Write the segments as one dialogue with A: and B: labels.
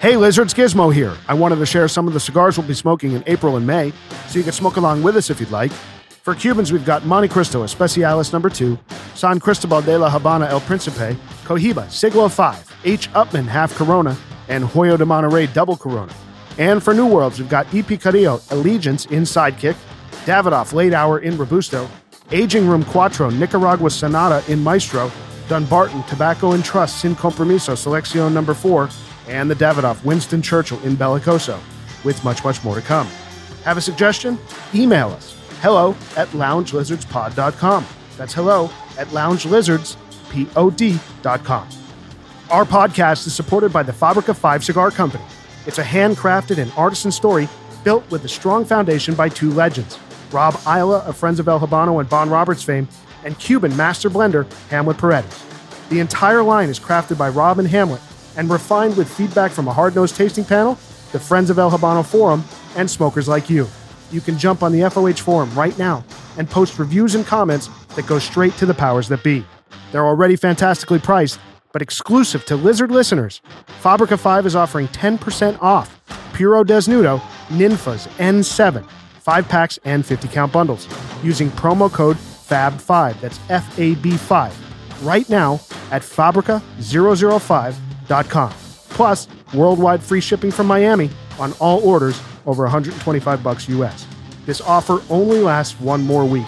A: Hey, Lizards, Gizmo here. I wanted to share some of the cigars we'll be smoking in April and May, so you can smoke along with us if you'd like. For Cubans, we've got Monte Cristo Especialis Number 2, San Cristobal de la Habana El Principe, Cohiba Siglo 5, H. Upman Half Corona, and Hoyo de Monterey Double Corona. And for New Worlds, we've got EP Carrillo Allegiance in Sidekick, Davidoff Late Hour in Robusto, Aging Room Cuatro Nicaragua Sonata in Maestro, Dunbarton Tobacco and Trust Sin Compromiso Selección Number 4, and the Davidoff Winston Churchill in Bellicoso, with much, much more to come. Have a suggestion? Email us hello at loungelizardspod.com. That's hello at loungelizardspod.com. Our podcast is supported by the Fabrica 5 Cigar Company. It's a handcrafted and artisan story built with a strong foundation by two legends Rob Isla of Friends of El Habano and Bon Roberts fame, and Cuban master blender Hamlet Paredes. The entire line is crafted by Rob and Hamlet and refined with feedback from a hard nosed tasting panel, the Friends of El Habano Forum, and smokers like you. You can jump on the FOH Forum right now and post reviews and comments that go straight to the powers that be. They're already fantastically priced, but exclusive to Lizard listeners. Fabrica 5 is offering 10% off Puro Desnudo Ninfas N7, 5 packs and 50 count bundles, using promo code FAB5. That's F A B 5. Right now at Fabrica005.com. Plus, worldwide free shipping from Miami on all orders over 125 bucks US. This offer only lasts one more week.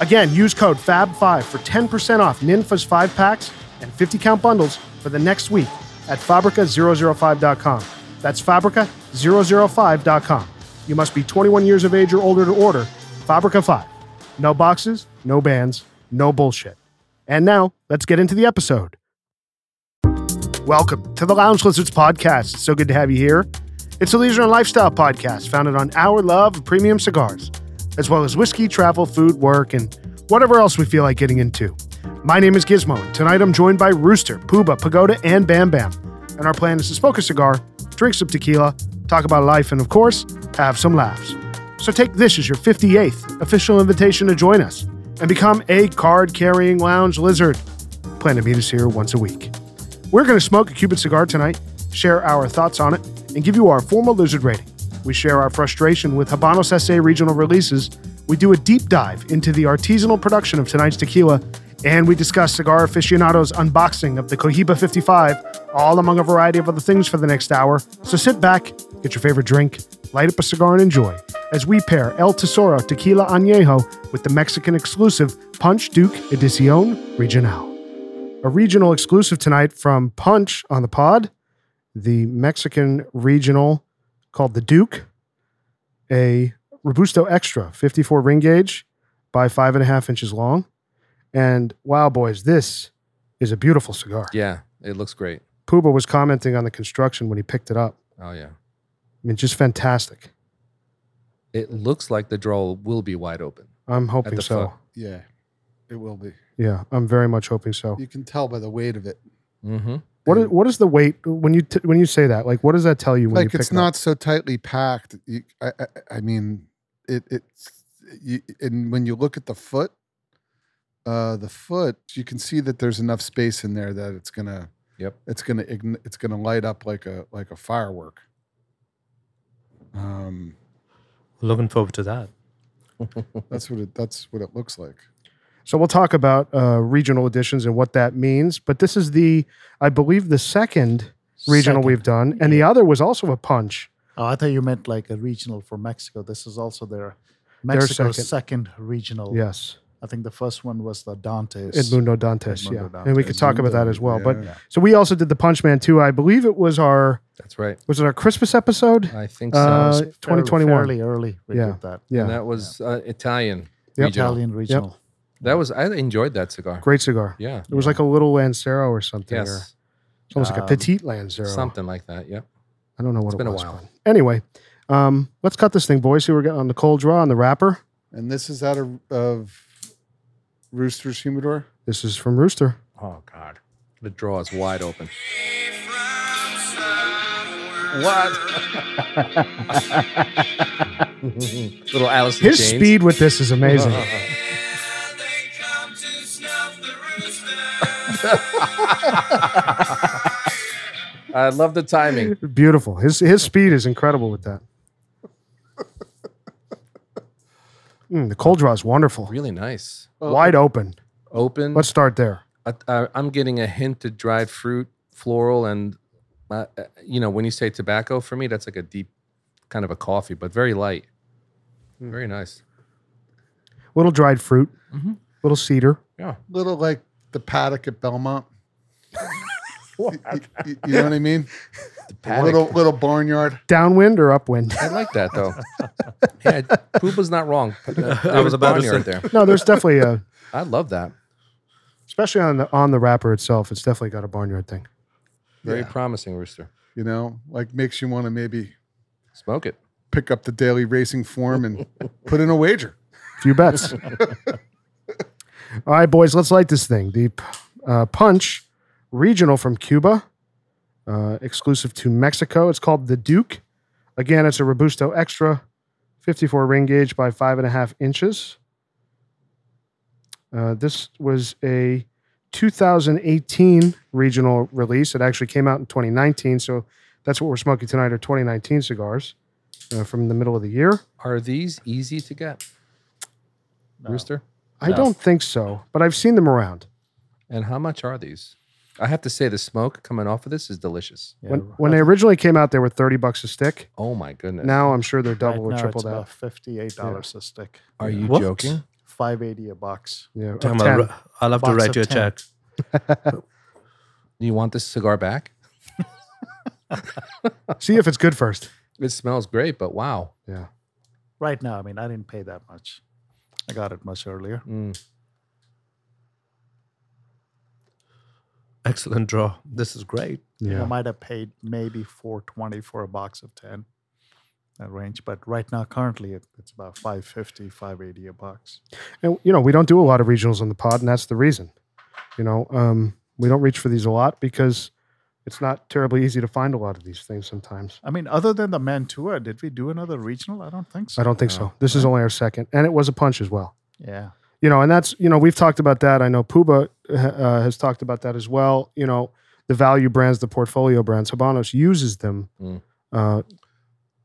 A: Again, use code FAB5 for 10% off Ninfa's 5 packs and 50 count bundles for the next week at Fabrica005.com. That's Fabrica005.com. You must be 21 years of age or older to order Fabrica 5. No boxes, no bands, no bullshit. And now, let's get into the episode. Welcome to the Lounge Lizards podcast. So good to have you here. It's a leisure and lifestyle podcast founded on our love of premium cigars, as well as whiskey, travel, food, work, and whatever else we feel like getting into. My name is Gizmo, and tonight I'm joined by Rooster, Pooba, Pagoda, and Bam Bam. And our plan is to smoke a cigar, drink some tequila, talk about life, and of course, have some laughs. So take this as your 58th official invitation to join us and become a card carrying lounge lizard. Plan to meet us here once a week. We're going to smoke a Cuban cigar tonight, share our thoughts on it, and give you our formal lizard rating. We share our frustration with Habanos SA regional releases. We do a deep dive into the artisanal production of tonight's tequila, and we discuss Cigar Aficionado's unboxing of the Cohiba 55, all among a variety of other things for the next hour. So sit back, get your favorite drink, light up a cigar, and enjoy as we pair El Tesoro Tequila Añejo with the Mexican exclusive Punch Duke Edición Regional a regional exclusive tonight from Punch on the Pod, the Mexican regional called the Duke, a Robusto Extra, 54 ring gauge by five and a half inches long. And wow, boys, this is a beautiful cigar.
B: Yeah, it looks great.
A: Puba was commenting on the construction when he picked it up.
B: Oh yeah,
A: I mean, just fantastic.
B: it looks like the draw will be wide open.
A: I'm hoping
B: the
A: so.
B: fuck?
C: Yeah, it will be.
A: Yeah, I'm very much hoping so.
C: You can tell by the weight of it.
B: Mm-hmm.
A: What is, what is the weight when you t- when you say that? Like, what does that tell you when you
C: Like
A: pick
C: it's
A: it up?
C: not so tightly packed. You, I, I, I mean, it, it's you, and when you look at the foot, uh, the foot, you can see that there's enough space in there that it's gonna.
B: Yep.
C: It's gonna ign- it's gonna light up like a like a firework. Um,
D: Looking forward to that.
C: that's what it that's what it looks like.
A: So we'll talk about uh, regional editions and what that means. But this is the, I believe, the second regional
E: Second.
A: we've done, and the other was also a punch.
E: Oh, I thought you meant like a regional for Mexico. This is also their Mexico's second. regional.
A: Yes,
E: I think the first one was the Dantes.
A: Edmundo Dantes.
E: Edmundo
A: yeah,
E: Dantes.
A: and we could talk about that as well. But
C: Yeah.
A: so we also did the Punch Man too. I believe it was our
B: That's right.
A: was it our Christmas episode?
B: I think so.
A: Uh,
E: Fairly-
A: 2021.
E: Fairly early we
A: Yeah.
E: did that.
A: yeah,
B: And that was uh, Italian.
A: Yep.
B: regional.
E: Italian regional.
B: That was I enjoyed that cigar.
A: great cigar.
B: Yeah.
A: It was like a little Lancero or something. Or
B: Yes.
A: it's almost like a
E: Um,
A: petite Lancero.
B: Something like that. Yep.
A: I don't know what
B: It's
A: it
B: been a
A: was,
B: while.
A: but Anyway, um, let's cut this thing, boys. Here we're getting on the cold draw on the wrapper.
C: And this is out of, of Rooster's Humidor.
A: This is from Rooster.
B: Oh God, the draw is wide open. What? Little Alice. in
A: His
B: Chains.
A: speed with this is amazing.
B: I love the timing.
A: Beautiful. His his speed is incredible with that. Mm, the cold draw is wonderful.
B: Really nice.
A: Wide open.
B: Open.
A: Let's start there.
B: I, I, I'm getting a hint of dried fruit, floral, and uh, uh, you know when you say tobacco for me, that's like a deep kind of a coffee, but very light. Very nice.
A: Little dried fruit.
B: Mhm.
A: Little cedar.
B: Yeah.
C: little like the paddock at Belmont. Y- y- y- you, know what I mean?
B: The
C: Little little barnyard.
A: Downwind or upwind?
B: I like that though. yeah, Poopa's not wrong.
D: I was about to say-
B: there.
A: No, there's definitely a,
B: I love that.
A: especially on the on the wrapper itself. It's definitely got a barnyard thing.
B: Very
C: Yeah.
B: promising, Rooster.
C: You know, like makes you want to maybe
B: Smoke it.
C: pick up the daily racing form and put in a wager.
A: Few bets. All right, boys, let's light this thing. The uh, Punch Regional from Cuba, uh, exclusive to Mexico. It's called the Duke. Again, it's a Robusto Extra, 54 ring gauge by five and a half inches. Uh, this was a 2018 regional release. It actually came out in 2019, so that's what we're smoking tonight are 2019 cigars uh, from the middle of the year.
B: Are these easy to get,
E: No.
B: Rooster?
A: I
E: No.
A: don't think so, but I've seen them around.
B: And how much are these? I have to say, the smoke coming off of this is delicious.
E: Yeah,
A: When when they originally came out, they were thirty bucks a stick.
B: Oh my goodness!
A: Now I'm sure they're
E: right
A: double or
E: now
A: triple
E: it's
A: that.
E: about fifty-eight dollars a stick.
B: are you
D: What?
B: joking?
E: Five eighty a box.
A: Yeah,
D: Damn,
A: of
D: I'll,
A: 10.
D: ri- I'll have to
E: Box
D: write
E: of
D: you a
E: 10.
D: check.
B: Do you want this cigar back?
A: see if it's good first.
B: It smells great, but wow.
A: Yeah,
E: Right now, I mean, I didn't pay that much. I got it much earlier.
B: Mm.
D: Excellent draw. This is great.
E: You know,
A: yeah.
E: I might have paid maybe four twenty for a box of ten, that range. But right now, currently, it, it's about 550, 580 a box.
A: And you know we don't do a lot of regionals on the pod, and that's the reason. You know, um, we don't reach for these a lot because it's not terribly easy to find a lot of these things sometimes.
E: I mean, other than the Mantua, did we do another regional? I don't think so.
A: I don't think so. This is only our second, and it was a punch as well.
E: Yeah.
A: you know, and that's you know we've talked about that. I know Puba uh, has talked about that as well. You know, the value brands, the portfolio brands, Habanos uses them
B: Mm.
A: uh,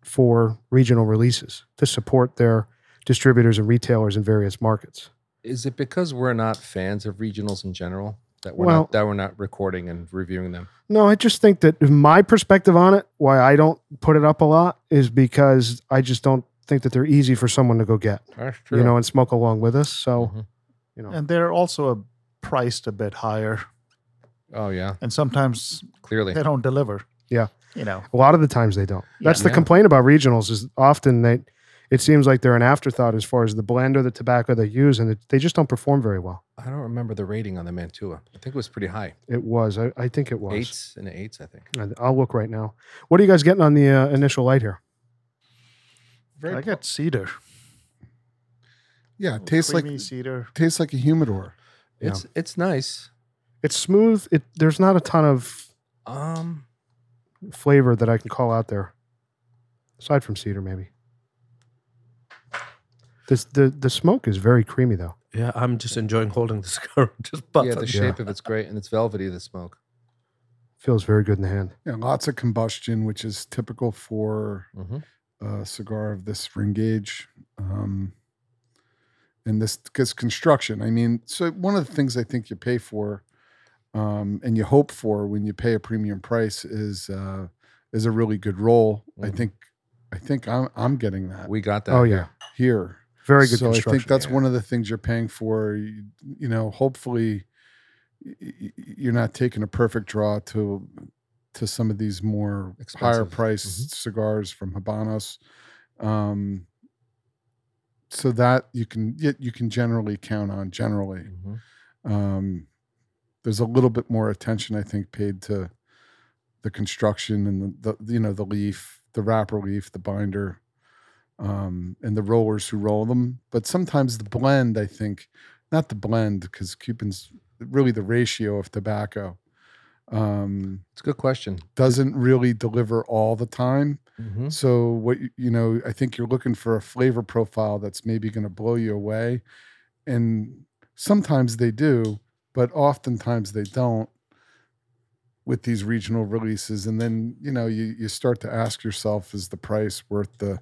A: for regional releases to support their distributors and retailers in various markets.
B: Is it because we're not fans of regionals in general that we're
A: Well-
B: not that we're not recording and reviewing them?
A: No, I just think that my perspective on it, why I don't put it up a lot, is because I just don't think that they're easy for someone to go get,
B: That's true.
A: you know, and smoke along with us. So
B: Mhm.
A: you know,
E: And they're also a, priced a bit higher.
B: Oh yeah,
E: And sometimes
B: clearly.
E: they don't deliver.
A: Yeah.
E: You know,
A: A lot of the times they don't. That's the
B: Yeah.
A: complaint about regionals is often they it seems like they're an afterthought as far as the blend or the tobacco they use, and it, they just don't perform very well.
B: I don't remember the rating on the Mantua. I think it was pretty high,
A: It was, I, I think it was.
B: eights and eights. I think
A: And I'll look right now. What are you guys getting on the uh, initial light here?
E: I get cedar.
C: Yeah, it tastes like
E: Creamy cedar.
C: tastes like a humidor.
A: Yeah.
B: it's it's nice.
A: It's smooth. It there's not a ton of
B: Um,
A: flavor that I can call out there, aside from cedar maybe. This, the the smoke is very creamy though.
D: Yeah, I'm just enjoying holding this cigar. Just puff
B: yeah,
D: it.
B: the shape of it's great and it's velvety. The smoke.
A: Feels very good in the hand.
C: Yeah, lots of combustion, which is typical for
B: hmm
C: a uh, cigar of this ring gauge. Um, and this because construction. I mean, so one of the things I think you pay for, um, and you hope for when you pay a premium price is uh, is a really good roll. I
B: Mhm.
C: think, I think I'm I'm getting that
B: We got that.
A: Oh yeah,
C: here.
A: very good
C: So I
A: construction.
C: think that's
B: yeah.
C: one of the things you're paying for. You, you know, hopefully, y- y- you're not taking a perfect draw to to some of these more higher
B: Expensive.
C: priced
A: Mm-hmm.
C: cigars from Habanos. Um, so that you can y- you can generally count on generally.
B: Mhm.
C: Um, there's a little bit more attention I think paid to the construction and the, the you know the leaf, the wrapper leaf, the binder, um, and the rollers who roll them. But sometimes the blend, I think, not the blend because Cubans really the ratio of tobacco um,
B: It's a good question.
C: doesn't really deliver all the time.
A: Mm-hmm.
B: Mhm.
C: So what you, you know, I think you're looking for a flavor profile that's maybe going to blow you away, and sometimes they do, but oftentimes they don't. with these regional releases and then you know you you start to ask yourself is the price worth the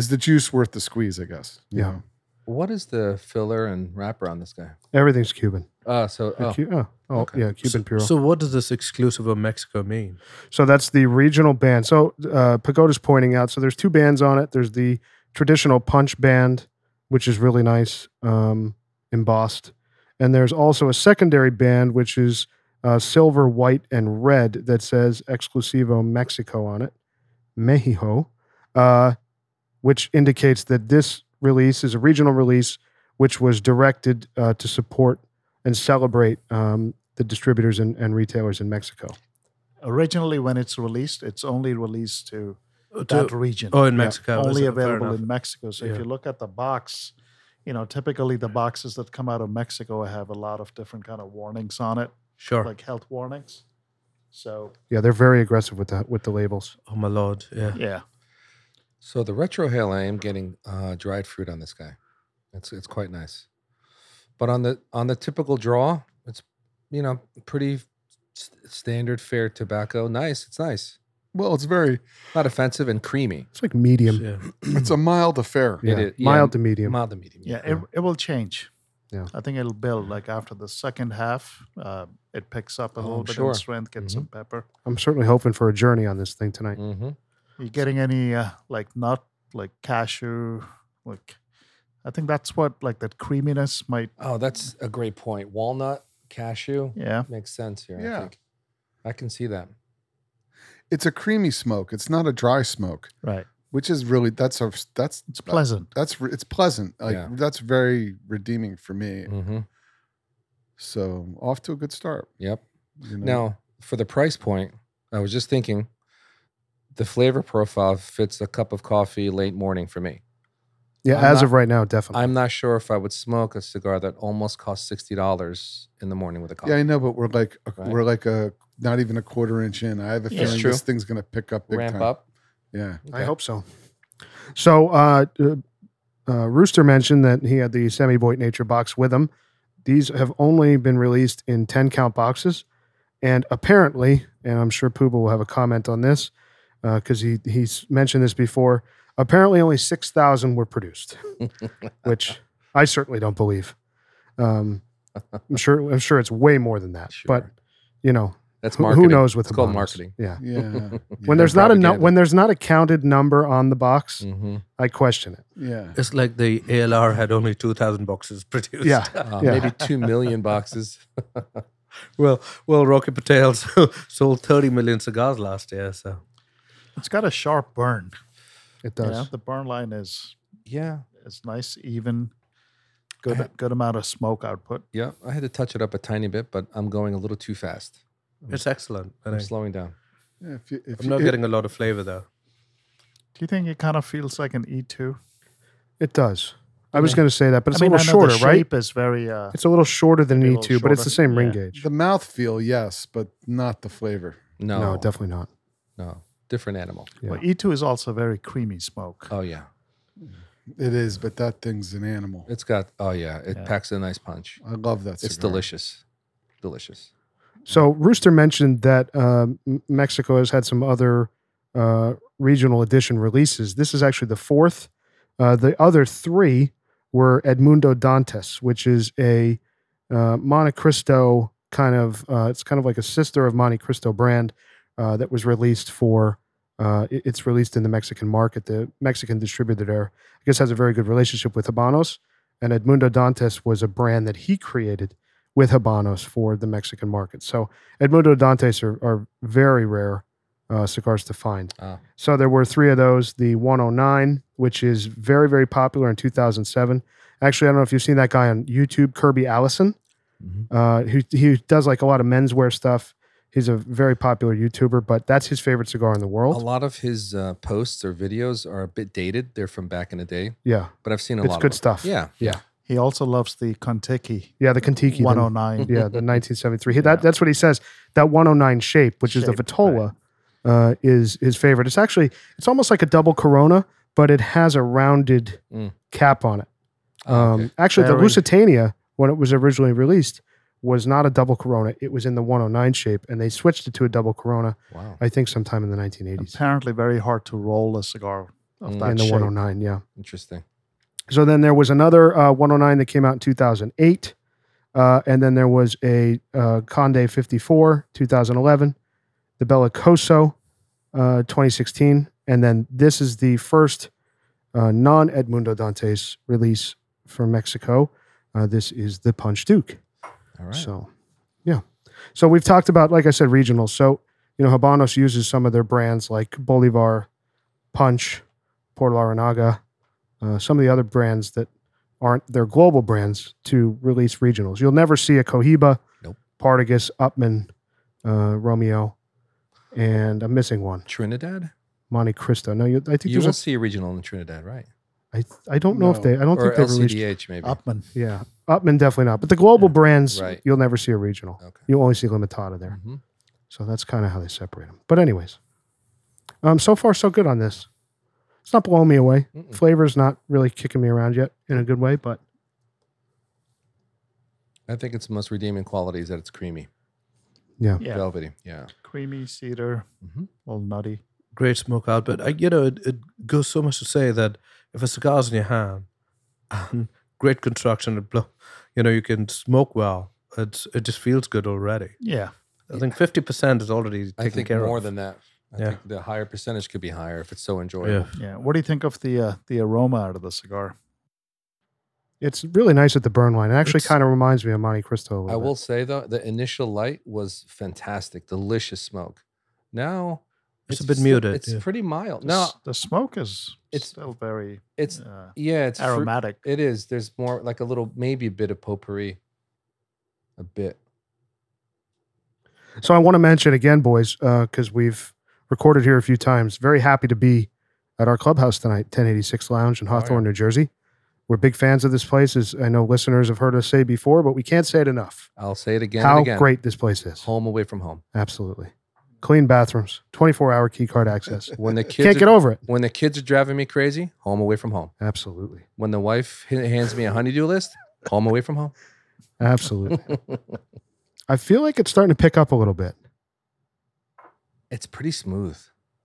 C: is the juice worth the squeeze i guess you
A: Yeah.
C: know?
B: What is the filler and wrapper on this guy?
A: Everything's Cuban.
B: Uh, so
A: Oh,
B: oh,
A: Cu- oh, oh,
B: okay.
A: yeah, Cuban Puro.
D: So what does this exclusive of Mexico mean?
A: So that's the regional band. So uh, Pagoda's pointing out. So there's two bands on it. There's the traditional punch band, which is really nice, um, embossed, and there's also a secondary band which is uh, silver, white, and red that says "Exclusivo Mexico" on it, Mexico, uh, which indicates that this release is a regional release, which was directed uh, to support and celebrate um, the distributors and, and retailers in Mexico.
E: Originally, when it's released, it's only released to
D: Uh, to-
E: that region.
D: oh, in Mexico. that's
E: only
D: it, fair
E: available
D: enough.
E: in Mexico. So if
D: Yeah.
E: you look at the box, you know, typically the boxes that come out of Mexico have a lot of different kind of warnings on it,
D: Sure.
E: like health warnings. So
A: Yeah, they're very aggressive with that with the labels.
D: oh my lord. Yeah.
E: yeah,
B: so the retro hail. I am getting uh, dried fruit on this guy. It's it's quite nice, but on the on the typical draw, it's you know pretty st- standard fair tobacco. Nice. It's nice.
C: well it's very
B: Not offensive and creamy.
A: It's like medium,
D: Yeah.
C: it's a mild affair
A: yeah.
B: It is- yeah,
A: mild to medium.
B: Mild to medium.
E: yeah, It, it will change.
A: Yeah.
E: I think it'll build. Like after the second half, uh, it picks up a
B: Oh,
E: little
B: I'm
E: bit
B: sure.
E: in strength, get some pepper.
A: I'm certainly hoping for a journey on this thing tonight.
B: Mm-hmm.
E: You getting any uh, like nut, like cashew, like I think that's what like that creaminess might.
B: Oh, that's a great point. Walnut, cashew
E: Yeah,
B: makes sense here. I
C: Yeah.
B: think I can see that.
C: it's a creamy smoke it's not a dry smoke
E: right.
C: which is really that's a that's
E: It's pleasant.
C: that's re- it's pleasant like
B: Yeah.
C: that's very redeeming for me
B: Mm-hmm.
C: so off to a good start
B: Yep.
C: you know?
B: Now, for the price point, I was just thinking the flavor profile fits a cup of coffee late morning for me.
A: Yeah,
B: I'm
A: as
B: not-
A: of right now, definitely.
B: I'm not sure if I would smoke a cigar that almost costs sixty dollars in the morning with a coffee.
C: yeah i know but we're like a,
B: Right.
C: we're like a not even a quarter inch in i have a
E: Yeah.
C: feeling
B: True.
C: this thing's gonna pick up big
B: Ramp
C: time.
B: up.
C: yeah
A: I
B: Okay.
A: hope so. So, uh, uh, uh, Rooster mentioned that he had the Semi Boy Nature box with him. These have only been released in 10 count boxes. And apparently, and I'm sure Pooba will have a comment on this because he, he's mentioned this before, apparently only 6,000 were produced, which I certainly don't believe. Um, I'm sure I'm sure it's way more than that. But,
B: Sure.
A: you know,
B: That's
A: who,
B: marketing.
A: who knows what
B: It's
A: the
B: called
A: bomb is.
B: marketing.
A: Yeah.
C: yeah
A: When there's not a nu-
B: propaganda.
A: when there's not a counted number on the box,
E: Mm.
B: Mm-hmm.
A: I question it.
C: yeah
D: It's like the ALR had only two thousand boxes produced.
A: Yeah.
B: Uh,
A: Yeah.
B: Maybe two million boxes.
D: Well, well, Rocky Patel sold thirty million cigars last year. So
E: It's got a sharp burn.
A: It
E: Yeah,
A: does.
E: the burn line is
B: yeah.
E: is nice, even, good
B: ha-
E: good amount of smoke output.
B: Yeah. I had to touch it up a tiny bit, but I'm going a little too fast.
D: it's excellent. I
B: I'm
D: think.
B: slowing down.
C: Yeah, if you, if
D: I'm not
C: you,
D: getting a lot of flavor though.
E: Do you think it kind of feels like an E two?
A: It does. I was going to say that, but it's a
E: I
A: little
E: know
A: shorter,
E: the
A: right?
E: shape is very. Uh,
A: It's a little shorter than an
E: Maybe a
A: E2,
E: little
A: but it's the
E: shorter.
A: same ring
E: Yeah.
A: gauge.
C: the mouth feel yes but not the flavor
B: No,
A: No,
B: no,
A: definitely not.
B: different animal.
A: Yeah. Uh,
E: E two is also very creamy smoke.
B: Oh yeah,
C: it is but that thing's an animal
B: it's got. Oh yeah, it
E: Yeah.
B: packs a nice punch.
C: i love that
B: It's
C: cigar.
B: delicious, delicious.
A: So Rooster mentioned that um, M- Mexico has had some other uh, regional edition releases. This is actually the fourth. Uh, the other three were Edmundo Dantes, which is a uh, Monte Cristo kind of. Uh, it's kind of like a sister of Monte Cristo brand uh, that was released for. Uh, it- it's released in the Mexican market. The Mexican distributor there, I guess, has a very good relationship with Habanos. And Edmundo Dantes was a brand that he created with Habanos for the Mexican market. So Edmundo Dantes are, are very rare uh, cigars to find.
B: Ah.
A: So there were three of those. The 109, which is very, very popular in 2007. Actually, I don't know if you've seen that guy on YouTube, Kirby Allison.
B: Mhm.
A: Uh, who he does like a lot of menswear stuff. He's a very popular YouTuber, but that's his favorite cigar in the
B: A
A: world.
B: lot of his uh, posts or videos are a bit dated. They're from back in the day,
A: Yeah,
B: but I've seen a
A: It's
B: lot. of
A: good
B: them.
A: stuff.
B: Yeah,
E: He also loves the Kentucky
A: yeah, the Kentucky.
E: one
A: the-
E: hundred nine.
A: yeah, the 1973. He- That, that's what he says. That 109 shape, which is the
E: Shape, right.
A: Vitola, uh, is his favorite. It's actually it's almost like a double Corona, but it has a rounded
B: Mm.
A: cap on it.
B: Ah,
A: Um,
B: okay.
A: Actually, the
E: Very-
A: Lusitania, when it was originally released, was not a double Corona. It was in the 109 shape, and they switched it to a double Corona.
B: Wow.
A: I think sometime in the 1980s.
E: Apparently, very hard to roll a cigar of
B: Mm.
E: that
A: In the
E: shape.
A: 109, yeah.
B: Interesting.
A: So then there was another uh, 109 that came out in 2008. Uh, and then there was a uh, Conde 54, 2011, the Bellicoso, uh, 2016. And then this is the first uh, non Edmundo Dantes release from Mexico. Uh, this is the Punch Duke.
B: All right.
A: So, yeah. So we've talked about, like I said, regionals. So, you know, Habanos uses some of their brands like Bolivar, Punch, Port Laranaga, uh, some of the other brands that aren't their global brands to release regionals. You'll never see a Cohiba,
B: Nope.
A: Partagas, Upman, uh, Romeo, and I'm missing one,
B: Trinidad?
A: Monte Cristo. No, you, I think
B: You will
A: there's
B: see a regional in Trinidad, right?
A: a, I, I don't know if
C: No.
A: they, I don't
B: Or
A: think they've released.
B: LCDH maybe.
E: Upman.
A: Yeah. Upman definitely not. But the global
B: Yeah,
A: brands,
B: right.
A: you'll never see a regional.
B: Okay.
A: You only see Limitada there.
B: Mhm.
A: So that's kind of how they separate them. But anyways, um, so far so good on this. It's not blowing me away.
B: Mm-mm.
A: Flavor's not really kicking me around yet in a good way, but
B: I think its most redeeming quality is that it's creamy,
E: Yeah.
B: velvety. Yeah.
E: Creamy cedar,
A: Mm-hmm.
B: Mhm.
E: all nutty.
D: Great smoke out, but I, you know, it, it goes so much to say that if a cigar's in your hand, and great construction, it blow, you know, you can smoke well. It's it just feels good already.
E: Yeah.
D: I think fifty percent is already taken
B: I think
D: care
B: more
D: of.
B: than that. I
D: Yeah.
B: think the higher percentage could be higher if it's so enjoyable.
D: yeah.
E: Yeah. What do you think of the uh, the aroma out of the cigar?
A: it's really nice at the burn line. It actually
D: It's-
A: kind of reminds me of Monte Cristo a
B: I
A: little
B: will say though, the initial light was fantastic, delicious smoke. Now
D: It's a bit
B: sti-
D: muted,
B: It's
D: yeah.
B: pretty mild.
E: The
B: No,
E: s- the smoke is
B: it's-
E: still very
B: it's
E: uh,
B: yeah, it's fruit-
E: aromatic.
B: it is. There's more like a little maybe a bit of potpourri, a bit.
A: bit. So I want to mention again, boys, because we've recorded here a few times. Very happy to be at our clubhouse tonight, 1086 Lounge in
B: Oh, yeah.
A: Hawthorne, New Jersey. We're big fans of this place, as I know listeners have heard us say before, but we can't say it enough.
B: I'll say it again. and
A: How
B: again.
A: great this place is.
B: Home away from home.
A: Absolutely. Clean bathrooms, 24 hour key card access.
B: When the kids
A: Can't
B: are-
A: get over it.
B: when the kids are driving me crazy, home away from home.
A: Absolutely.
B: When the wife h- hands me a honeydew list, home away from home.
A: Absolutely. I feel like it's starting to pick up a little bit.
B: It's pretty smooth.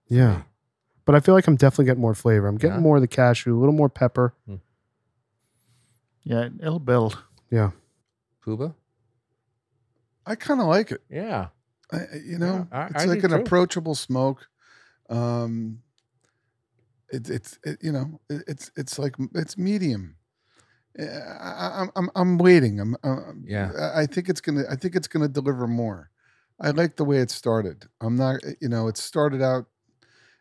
A: Yeah. But I feel like I'm definitely getting more flavor. I'm getting
B: Yeah.
A: more of the cashew, a little more pepper.
E: Yeah, it'll build.
B: Puba?
C: I kind of like it.
B: Yeah.
C: I, I- you know,
B: I-
C: it's
B: I
C: like
B: do
C: an
B: too.
C: approachable smoke. Um, it, it's it, you know it, it's it's like it's medium. Uh, I, I'm I'm I'm waiting. I'm, I'm
B: Yeah.
C: I- I think it's gonna I think it's gonna deliver more. I like the way it started. I'm not eh, you know it started out.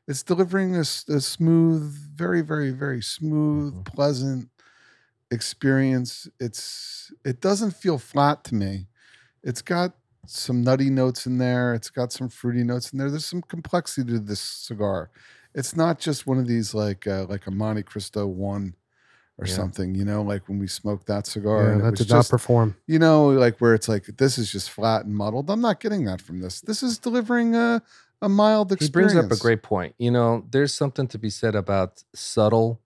C: It's delivering this this smooth, very very very smooth,
B: Mhm.
C: pleasant experience. It's it doesn't feel flat to me. It's got some nutty notes in there. It's got some fruity notes in there. There's some complexity to this cigar. It's not just one of these like uh, like a Monte Cristo one or
B: Yeah.
C: something. You know, like when we smoked that cigar,
A: Yeah,
C: and it
A: that
C: was
A: did
C: just,
A: not perform.
C: you know, like where it's like this is just flat and muddled. I'm not getting that from this. This is delivering a a mild
B: He
C: experience.
B: brings up a great point. You know, there's something to be said about subtle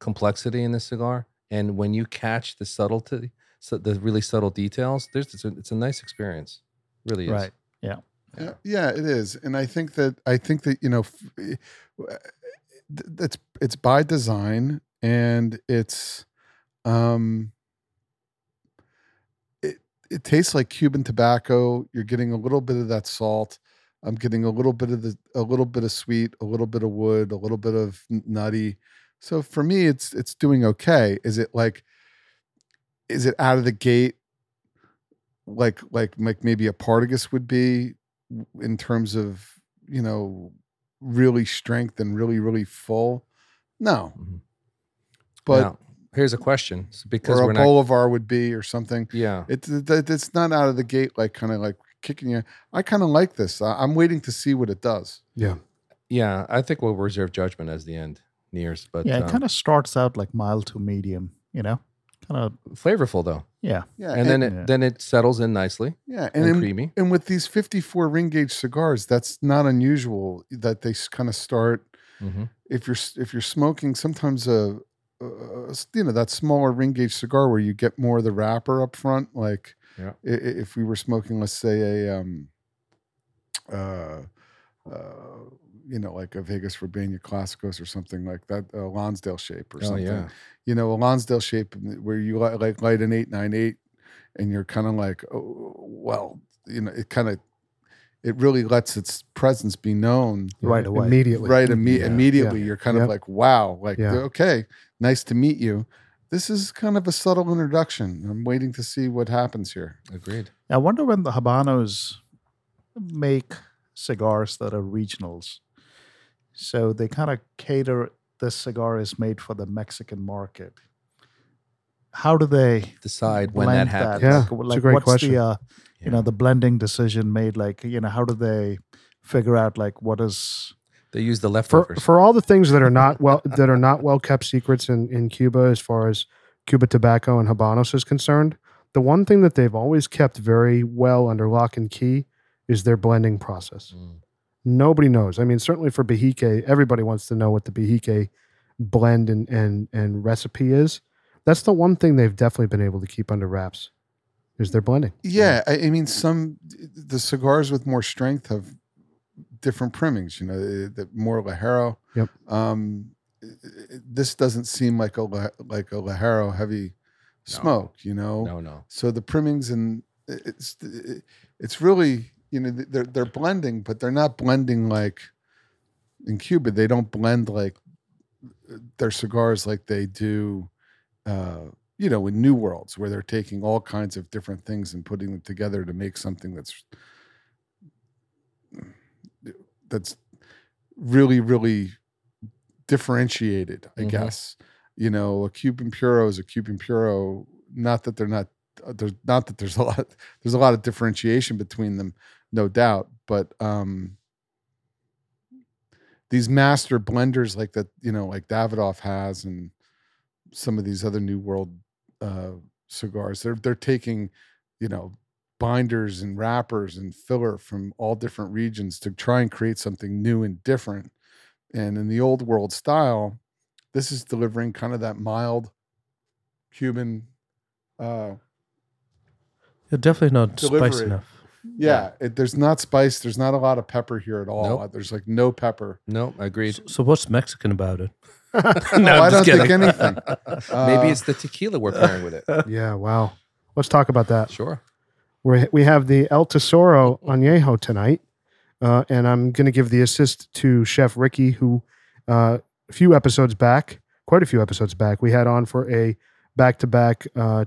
B: complexity in the cigar. And when you catch the subtlety, so the really subtle details, there's it's a, it's a nice experience. Really is.
E: Right.
C: Yeah, yeah, it is, and I think that I think that you know, f- eh, w- th- that's it's by design, and it's, um, it it tastes like Cuban tobacco. You're getting a little bit of that salt. I'm getting a little bit of the a little bit of sweet, a little bit of wood, a little bit of n- nutty. So for me, it's it's doing okay. Is it like, is it out of the gate? Like like like maybe a Partagas would be w- in terms of you know really strength and really really full no
B: Mhm.
C: but
B: Now, here's a question So because
C: or
B: we're
C: a
B: not.
C: bolivar would be or something
B: Yeah.
C: it's it, it- it's not out of the gate like kind of like kicking you i kind of like this I, i'm waiting to see what it does
B: Yeah. I think we'll reserve judgment as the end nears, but
E: yeah, it
B: um,
E: kind of starts out like mild to medium, you know? Kind of,
B: flavorful though.
E: yeah.
C: Uh, yeah
B: And then it,
E: Yeah.
B: then it settles in nicely
C: yeah
B: and,
C: and in-
B: creamy.
C: and with these 54 ring gauge cigars that's not unusual that they kind of start
B: Mhm.
C: if you're s- if you're smoking sometimes a, a- a s- you know that smaller ring gauge cigar where you get more of the wrapper up front like
B: Yeah.
C: i- i- if we were smoking, let's say a, um, uh, uh, you know, like a Vegas Rabania Classicos or something like that, a Lonsdale shape or
B: Oh
C: something.
B: yeah.
C: You know, a Lonsdale shape where you li- like light an eight nine eight, and you're kind of like, oh, well, you know, it kind of, it really lets its presence be known
E: right away.
A: immediately.
C: right imme-
B: Yeah.
C: immediately you're kind
A: Yep.
C: of like wow like
A: Yeah.
C: okay nice to meet you this is kind of a subtle introduction i'm waiting to see what happens here
B: Agreed.
E: I wonder when the Habanos make cigars that are regionals. So they kind of cater this cigar is made for the Mexican market. How do they
B: Decide when that
E: blend
B: happens.
A: Yeah,
E: Like,
A: it's a
E: like
A: great
E: what's
A: question.
E: the uh,
B: Yeah.
E: you know the blending decision made? Like you know how do they figure out like what is
B: They use the
A: for
B: leftovers.
A: for all the things that are not well that are not well kept secrets in in Cuba as far as Cuba tobacco and habanos is concerned, the one thing that they've always kept very well under lock and key is their blending process.
B: Mm.
A: Nobody knows. I mean, certainly for Bahique, everybody wants to know what the Bahique blend and and and recipe is. That's the one thing they've definitely been able to keep under wraps is their blending.
C: yeah I, I mean some the cigars with more strength have different primings you know the, the more lajero
A: Yep.
C: um this doesn't seem like a La- like a lajero heavy smoke you know
B: No, no.
C: So the primings and eh, it's it's really you know they're they're blending, but they're not blending like in Cuba. They don't blend like their cigars like they do, uh, you know, in New Worlds where they're taking all kinds of different things and putting them together to make something that's that's really really differentiated. I
B: Mhm.
C: guess you know a Cuban puro is a Cuban puro. Not that they're not uh, there's not that there's a lot there's a lot of differentiation between them no doubt but um these master blenders like that you know like davidoff has and some of these other new world uh cigars they're they're taking you know binders and wrappers and filler from all different regions to try and create something new and different and in the old world style this is delivering kind of that mild cuban uh
D: You're definitely not
C: Delivery.
D: spicy enough.
C: yeah, it, there's not spice. There's not a lot of pepper here at all.
B: Nope.
C: There's like no pepper.
B: No, agreed.
D: So, so what's Mexican about it?
C: No,
D: I'm
C: I don't
D: just
C: think
D: kidding.
C: anything.
B: Maybe
C: Uh,
B: it's the tequila we're pairing with it.
A: Yeah, wow. Let's talk about that.
B: Sure.
A: We're, we have the El Tesoro
B: Mm-hmm.
A: Añejo tonight, uh, and I'm going to give the assist to Chef Ricky, who uh, a few episodes back, quite a few episodes back, we had on for a back-to-back uh,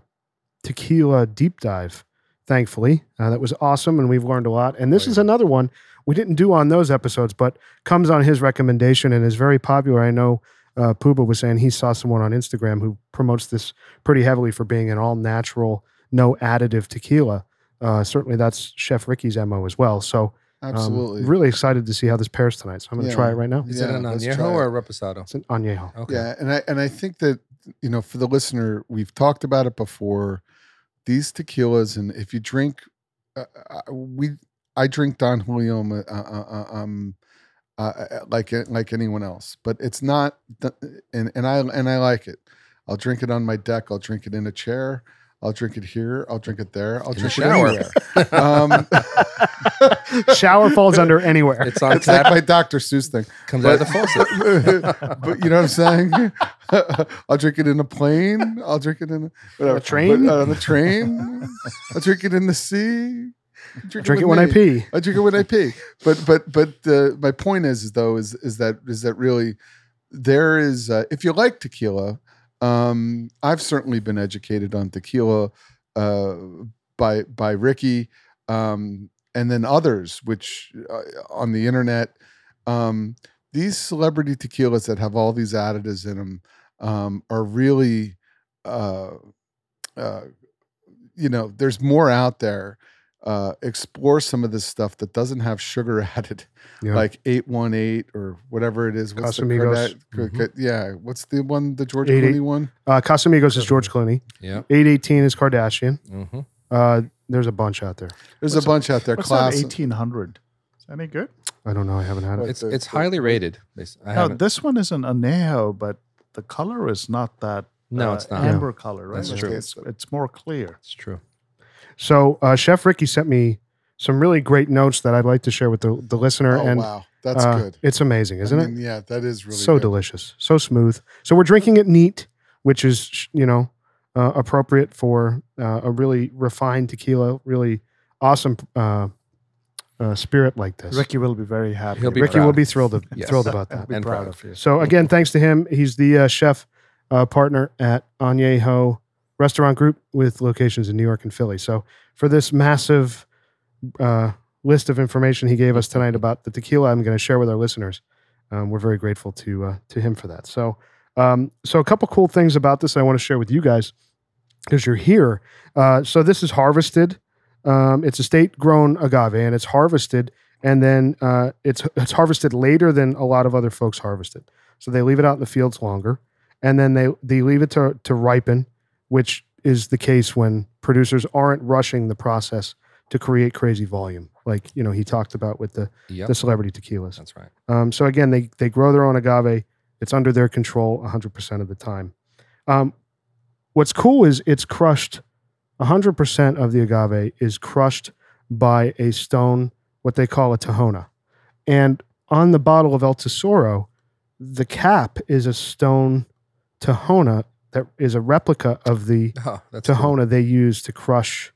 A: tequila deep dive. Thankfully, uh, that was awesome, and we've learned a lot. And this
B: Oh,
A: is
B: yeah.
A: another one we didn't do on those episodes, but comes on his recommendation and is very popular. I know uh, Puba was saying he saw someone on Instagram who promotes this pretty heavily for being an all-natural, no additive tequila. Uh, certainly, that's Chef Ricky's mo as well. So, um,
C: Absolutely.
A: really excited to see how this pairs tonight. So I'm going to
C: Yeah.
A: try it right now.
B: Is it
C: Yeah,
B: an
C: let's
B: añejo
C: try
B: or
C: it.
B: a reposado?
A: It's an añejo.
B: Okay.
C: Yeah, and I and I think that you know for the listener, we've talked about it before. These tequilas, and if you drink, uh, uh, we I drink Don Julio um, uh, uh, uh, um, uh, uh, like like anyone else, but it's not. the- And and I and I like it. I'll drink it on my deck. I'll drink it in a chair. I'll drink it here. I'll drink it there. I'll
B: In the
C: drink
B: shower.
C: it anywhere. um,
A: Shower falls under anywhere.
B: It's on
C: it's like
B: tap.
C: my Dr. Seuss thing.
B: comes out of the faucet.
C: but you know what I'm saying? I'll drink it in a plane. I'll drink it in a, whatever.
A: train?
C: But, uh, on a train. I'll drink it in the sea.
A: Drink it
C: with
A: when I
C: me.
A: pee.
C: I drink it when I pee. But but but uh, my point is, is though is is that is that really there is uh, if you like tequila, um, I've certainly been educated on tequila uh, by by Ricky um, and then others, which uh, on the internet. Um, these celebrity tequilas that have all these additives in them um, are really, uh, uh, you know, there's more out there uh, explore some of this stuff that doesn't have sugar added,
A: Yeah.
C: like eight one eight or whatever it is. What's the
A: Casamigos. Mm-hmm.
C: Cardat- Ca- Ca- Yeah, what's the one? The George
A: Eight eight-
C: Clooney one.
A: Uh, Casamigos is George Clooney.
B: yeah.
A: 818 is Kardashian.
B: hmm
A: Uh, there's a bunch out there.
C: There's
E: What's
C: a
E: that-
C: bunch out there.
E: what's that
C: Class.
E: 1800 is that any good?
A: I don't know. I haven't had it.
C: Right.
B: It's
C: the-
B: it's
C: the-
B: highly rated. They s- I
E: No,
B: haven't-
E: this one is an anejo, but the color is not that
B: no,
E: uh,
B: it's not.
E: amber color, right?
B: That's
E: It's-
B: true.
E: It's, it's more clear.
B: It's true.
A: So uh, Chef Ricky sent me some really great notes that I'd like to share with the, the listener.
C: Oh
A: and
C: wow, that's
A: uh,
C: good,
A: It's amazing, isn't
C: I
A: it?
C: mean, Yeah, that is really
A: so
C: good.
A: delicious, so smooth. So we're drinking it neat, which is you know uh, appropriate for uh, a really refined tequila, really awesome uh, uh, spirit like this.
E: Ricky will be very happy.
B: He'll be
A: Ricky
E: about
A: will
B: proud.
A: be thrilled of,
B: Yes.
A: thrilled about
E: that. He'll
A: that.
E: be
B: and
E: proud
B: proud.
E: of you.
A: So again, thanks to him, he's the uh, chef uh, partner at Añejo Restaurant Group with locations in New York and Philly. So for this massive uh, list of information he gave us tonight about the tequila, I'm going to share with our listeners. Um, we're very grateful to uh, to him for that. So um, so a couple cool things about this I want to share with you guys because you're here. Uh, so this is harvested. Um, it's a state grown agave and it's harvested and then uh, it's it's harvested later than a lot of other folks harvest it. So they leave it out in the fields longer, and then they they leave it to to ripen, which is the case when producers aren't rushing the process to create crazy volume, like you know he talked about with the
B: Yep.
A: the celebrity tequilas.
B: That's right.
A: Um, so again, they they grow their own agave. It's under their control 100% of the time. Um, what's cool is it's crushed. 100% of the agave is crushed by a stone, what they call a tahona. And on the bottle of El Tesoro, the cap is a stone tahona that is a replica of the
B: Oh, that's cool.
A: tahona they use to crush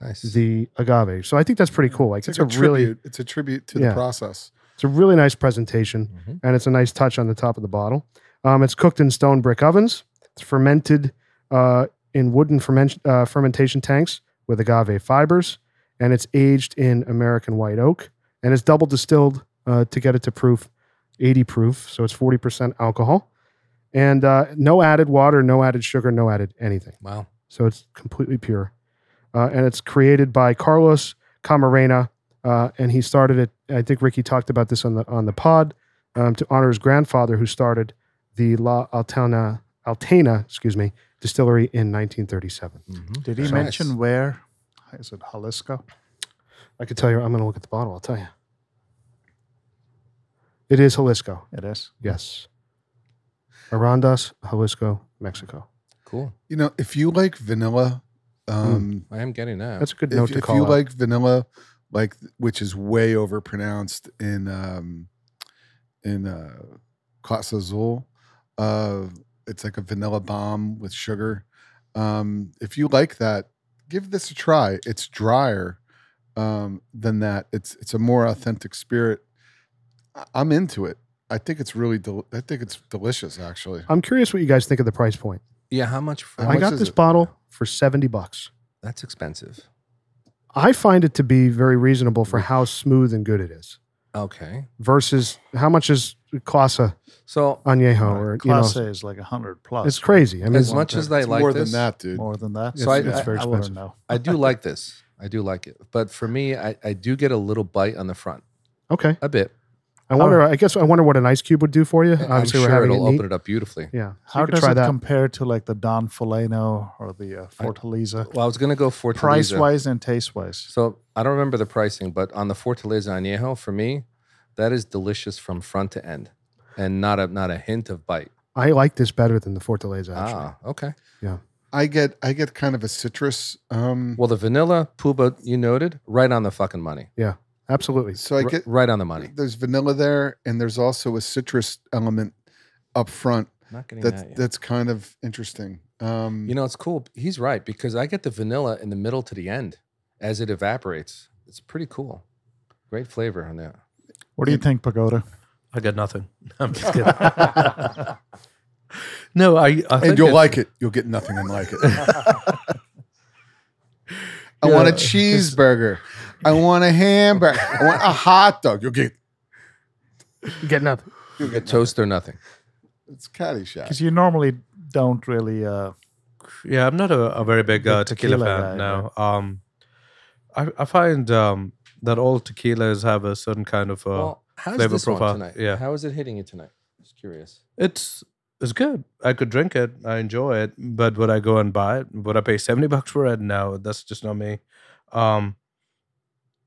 B: Nice.
A: the agave. So I think that's pretty cool. Like
C: It's,
A: it's,
C: like
A: a,
C: a,
A: really
C: tribute. It's a tribute to
A: Yeah.
C: the process.
A: it's a really nice presentation
B: Mhm.
A: and it's a nice touch on the top of the bottle. Um, it's cooked in stone brick ovens. It's fermented uh, in wooden ferment, uh, fermentation tanks with agave fibers, and it's aged in American white oak, and it's double distilled uh, to get it to proof, 80 proof, so it's 40% alcohol, and uh, no added water, no added sugar, no added anything.
B: Wow.
A: So it's completely pure. Uh, and it's created by Carlos Camarena. Uh, and he started it. I think Ricky talked about this on the on the pod um, to honor his grandfather, who started the La Altana Altana, excuse me, distillery in 1937.
B: Mhm.
E: Did he
B: Nice.
E: mention where? Is it Jalisco?
A: I could tell you. I'm going to look at the bottle. I'll tell you. It is Jalisco.
E: It is.
A: Yes. Arandas, Jalisco, Mexico.
B: Cool.
C: You know, if you like vanilla,
A: Mm.
C: um,
B: I am getting that.
A: That's a good
C: if,
A: note to
C: if
A: call
C: you
A: out.
C: like vanilla, like which is way overpronounced in um, in uh, Casa Azul, uh, it's like a vanilla bomb with sugar. Um, if you like that, give this a try. It's drier um, than that. It's it's a more authentic spirit. I- I'm into it. I think it's really. Del- I think it's delicious, actually.
A: I'm curious what you guys think of the price point.
B: yeah. How much? For,
C: How
A: I
C: much
A: got
C: is
A: this
C: it?
A: bottle for 70 bucks.
B: that's expensive.
A: I find it to be very reasonable
B: Mm.
A: for how smooth and good it is
B: Okay.
A: versus how much is Classa
B: So
A: Añejo or you
E: Class
A: know
E: A is like 100 plus.
A: it's crazy. I mean,
B: as
E: one
B: much as
E: third.
B: I
C: It's
B: like
C: more
B: this,
C: than that, dude.
E: More than that?
A: So I-
E: it's
A: I-
E: very
A: I
E: expensive.
A: would-
E: know.
B: I do like this. I do like it. But for me, I, I do get a little bite on the front,
A: okay.
B: a bit.
A: I wonder. I guess I wonder what an ice cube would do for you. Obviously,
B: Oh. I'm
A: we're
B: sure
A: having
B: it'll
A: it neat.
B: open it up beautifully.
A: Yeah. So
E: How
A: you could
E: does
A: try
E: it
A: that?
E: compare to like the Don Fileno or the uh,
B: I-
E: Fortaleza?
B: Well, I was going to go Fortaleza.
E: Price wise and taste wise.
B: So I don't remember the pricing, but on the Fortaleza Añejo, for me, that is delicious from front to end and not a not a hint of bite.
A: I like this better than the Fortaleza. Actually,
B: Ah, okay.
C: I get I get kind of a citrus. Um,
B: Well, the vanilla puba you noted, right on the fucking money.
A: absolutely.
C: so I
B: R-
C: get
B: right on the money.
C: there's vanilla there, and there's also a citrus element up front.
B: Not getting
C: That's
B: that. yet.
C: that's kind of interesting. Um,
B: You know, it's cool. He's right because I get the vanilla in the middle to the end as it evaporates. It's pretty cool. Great flavor on that.
E: What do you think, Pagoda?
D: I got nothing. I'm just kidding. no, I. I
C: and
D: think
C: you'll
D: it-
C: like it. You'll get nothing and like it. I want a
D: Yeah, 'cause-
C: cheeseburger. I want a hamburger. I want a hot dog. You'll get
A: Getting up.
C: you'll
B: A
C: get
B: toast or nothing.
C: It's Caddyshack.
E: Because you normally don't really. Uh,
D: Yeah, I'm not a, a very big
E: Big
D: uh, tequila,
E: tequila guy,
D: fan. no, um, I I find um, that all tequilas have a certain kind of. Uh,
B: Well, how's
D: flavor
B: this
D: profile,
B: one tonight?
D: yeah.
B: How is it hitting you tonight? Just curious.
D: it's it's good. I could drink it. I enjoy it. But would I go and buy it? Would I pay seventy bucks for it? No, that's just not me. Um,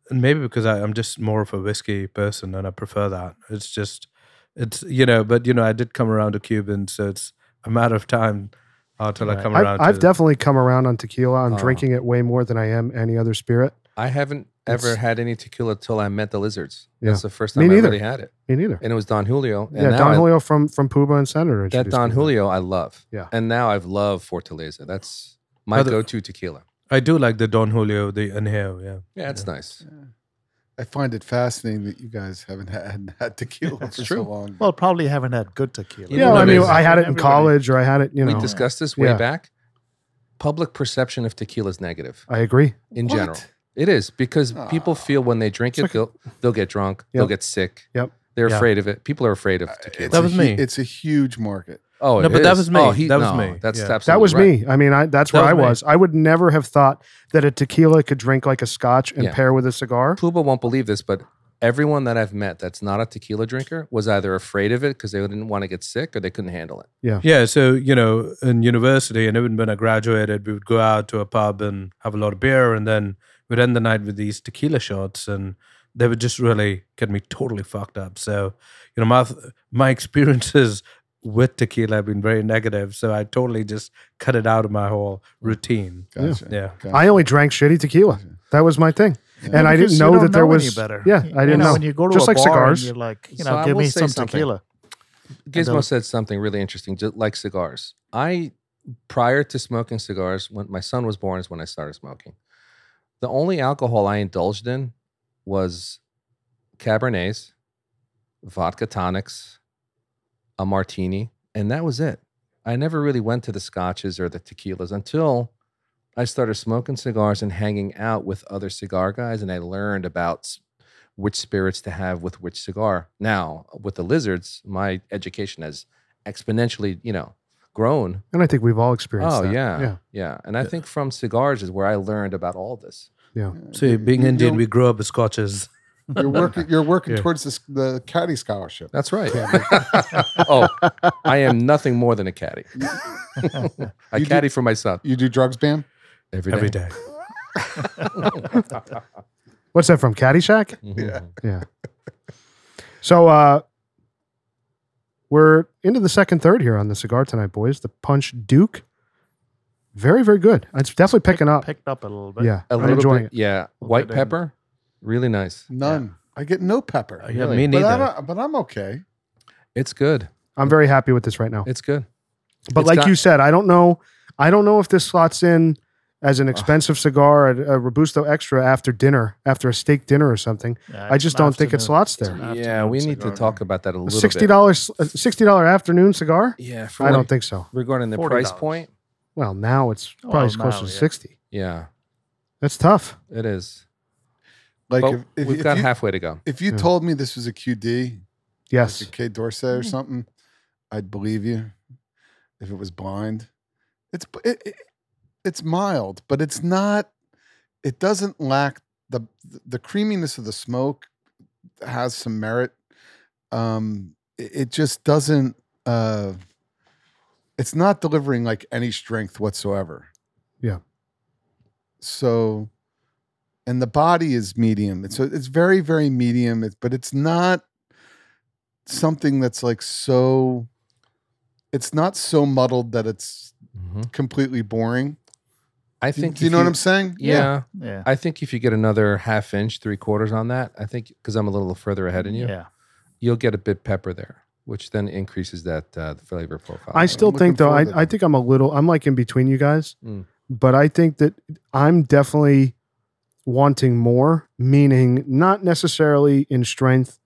D: and maybe because I, I'm just more of a whiskey person and I prefer that. It's just, it's you know. But you know, I did come around to Cuban, so it's a matter of time uh, till I
E: Right.
D: come around.
A: I've, I've
D: to-
A: definitely come around on tequila. I'm
B: Oh.
A: drinking it way more than I am any other spirit.
B: I haven't ever
A: It's-
B: had any tequila till I met the lizards.
A: Yeah.
B: That's the first
A: Me
B: time I
A: neither.
B: really had it,
A: Me neither.
B: and it was Don Julio. And
A: yeah,
B: now
A: Don
B: I-
A: Julio from from Puba and Senator.
B: That Don Julio I love.
A: Yeah.
B: and now I've loved Fortaleza. That's my
D: Other-
B: go-to tequila.
D: I do like the Don Julio, the inhale. Yeah.
B: Yeah, it's nice.
C: I find it fascinating that you guys haven't had, had tequila for so
B: true.
C: long.
E: Well, probably haven't had good tequila.
B: You
A: Yeah,
B: know
A: I
B: what
A: mean,
B: amazing.
A: I had it in
E: Everybody-
A: college, or I had it. You know,
B: We discussed this way
A: Yeah.
B: back. Public perception of tequila is negative
A: I agree.
B: in
C: What?
B: general. It is because people
C: Ah.
B: feel when they drink it,
A: like-
B: they'll they'll get drunk, they'll
A: Yep.
B: get sick.
A: Yep.
B: They're
D: Yeah.
B: afraid of it. People are afraid of
C: It's
B: tequila.
D: That
C: a
D: was
C: hu-
D: me.
C: It's a huge market.
B: oh,
D: No,
B: it
D: but that
B: is.
D: was me.
B: Oh, he-
D: That was
B: no,
D: me.
B: That's
D: Yeah.
B: absolutely
A: That was
B: right.
A: me. I mean, I, that's
D: That
A: where I
D: was me.
A: was. I would never have thought that a tequila could drink like a scotch and
B: Yeah.
A: pair with a cigar.
B: Puba won't believe this, but everyone that I've met that's not a tequila drinker was either afraid of it because they didn't want to get sick or they couldn't handle it.
D: Yeah. So, you know, in university and even when I graduated, we would go out to a pub and have a lot of beer and then we'd end the night with these tequila shots and they would just really get me totally fucked up. So, you know, my th- my experiences with tequila have been very negative. So I totally just cut it out of my whole routine.
A: Yeah.
C: Gotcha.
D: Yeah.
C: Gotcha.
A: I only drank shitty tequila. That was my thing,
C: Yeah,
A: and I didn't
E: because you
A: know
E: don't
A: that there
E: know any
A: was.
E: better.
A: Yeah,
E: You-
A: I
E: you
A: didn't
E: know.
A: know.
E: When you go to
A: Just
E: a
A: like
E: bar
A: cigars.
E: and you're like, you
B: So
E: know,
B: I
E: give
B: will
E: me
B: say
E: some
B: something.
E: tequila.
B: Gizmo
E: then-
B: said something really interesting, just like cigars. I, prior to smoking cigars, when my son was born, is when I started smoking. The only alcohol I indulged in was Cabernets, vodka tonics, a martini, and that was it. I never really went to the scotches or the tequilas until I started smoking cigars and hanging out with other cigar guys, and I learned about s- which spirits to have with which cigar. Now, with the lizards, my education has exponentially, you know, grown.
A: And I think we've all experienced
B: Oh
A: that.
B: yeah,
A: yeah.
B: yeah, And I think from cigars is where I learned about all this.
D: So being
C: You're-
D: Indian, we
C: you're,
D: grew up with scotches.
C: you're working. You're working
D: Yeah.
C: towards this, the caddy scholarship.
B: That's right. oh, I am nothing more than a caddy. a
C: You do-
B: caddy for my son
C: You do drugs, ban?
B: every day.
D: Every day.
A: What's that from? Caddyshack?
B: Mhm.
C: Yeah.
A: Yeah. so uh we're into the second third here on the cigar tonight, boys. The Punch Duke. Very, very good. It's definitely picking up.
E: Picked up a little bit.
A: Yeah,
B: A
A: I'm
B: little
A: enjoying
B: bit. Yeah. White
E: bit in.
B: pepper, really nice.
C: None. I get no pepper.
D: yeah,
B: Really?
D: me
C: but I
D: neither.
C: don't, but I'm okay.
B: It's good.
A: it. I'm very happy with this right now.
B: It's good.
A: But
B: It's
A: like
B: got-
A: you said, I don't know. I don't know if this slots in as an expensive cigar, a, a robusto extra after dinner, after a steak dinner or something.
E: Yeah,
A: I
E: it's
A: just
E: an
A: don't think it
E: afternoon.
A: slots
E: It's an
A: there.
B: Yeah,
E: afternoon
B: we need
E: cigar.
B: to talk about that a
A: A
B: little
A: sixty
B: bit.
A: dollars, sixty dollar afternoon cigar.
B: Yeah, for
A: I
B: what-
A: don't think so.
B: regarding the
E: $40.
B: price point.
A: Well, now it's
E: Well,
A: probably as close
E: Oh, now,
A: to
E: yeah.
A: sixty.
B: Yeah,
A: That's tough.
B: it is.
C: Like
B: But
C: if, if,
B: we've
C: if
B: got
C: you,
B: halfway to go.
C: if you
A: Yeah.
C: told me this was a QD,
A: Yes. Mm.
C: like a K Dorsey or something, I'd believe you. If it was blind, it's it, it, it's mild, but it's not. It doesn't lack the the creaminess of the smoke. Has some merit. Um, it, it just doesn't. Uh, it's not delivering like any strength whatsoever.
A: Yeah.
C: So, and the body is medium. It's it's very very medium. It's but it's not something that's like so it's not so muddled that it's
D: Mm-hmm.
B: Mhm.
C: completely boring.
B: I
C: Do,
B: think.
C: do you
B: if
C: know what I'm saying?
B: Yeah,
E: Yeah.
B: I think if you get another half inch, three quarters on that, I think because I'm a little further ahead than you,
E: Yeah.
B: you'll get a bit pepper there, which then increases that uh, flavor profile.
A: I still
C: looking
A: think though
C: forward
A: I,
C: to
A: I
C: that.
A: think I'm a little I'm like in between you guys,
B: Mm.
A: but I think that I'm definitely wanting more, meaning not necessarily in strength,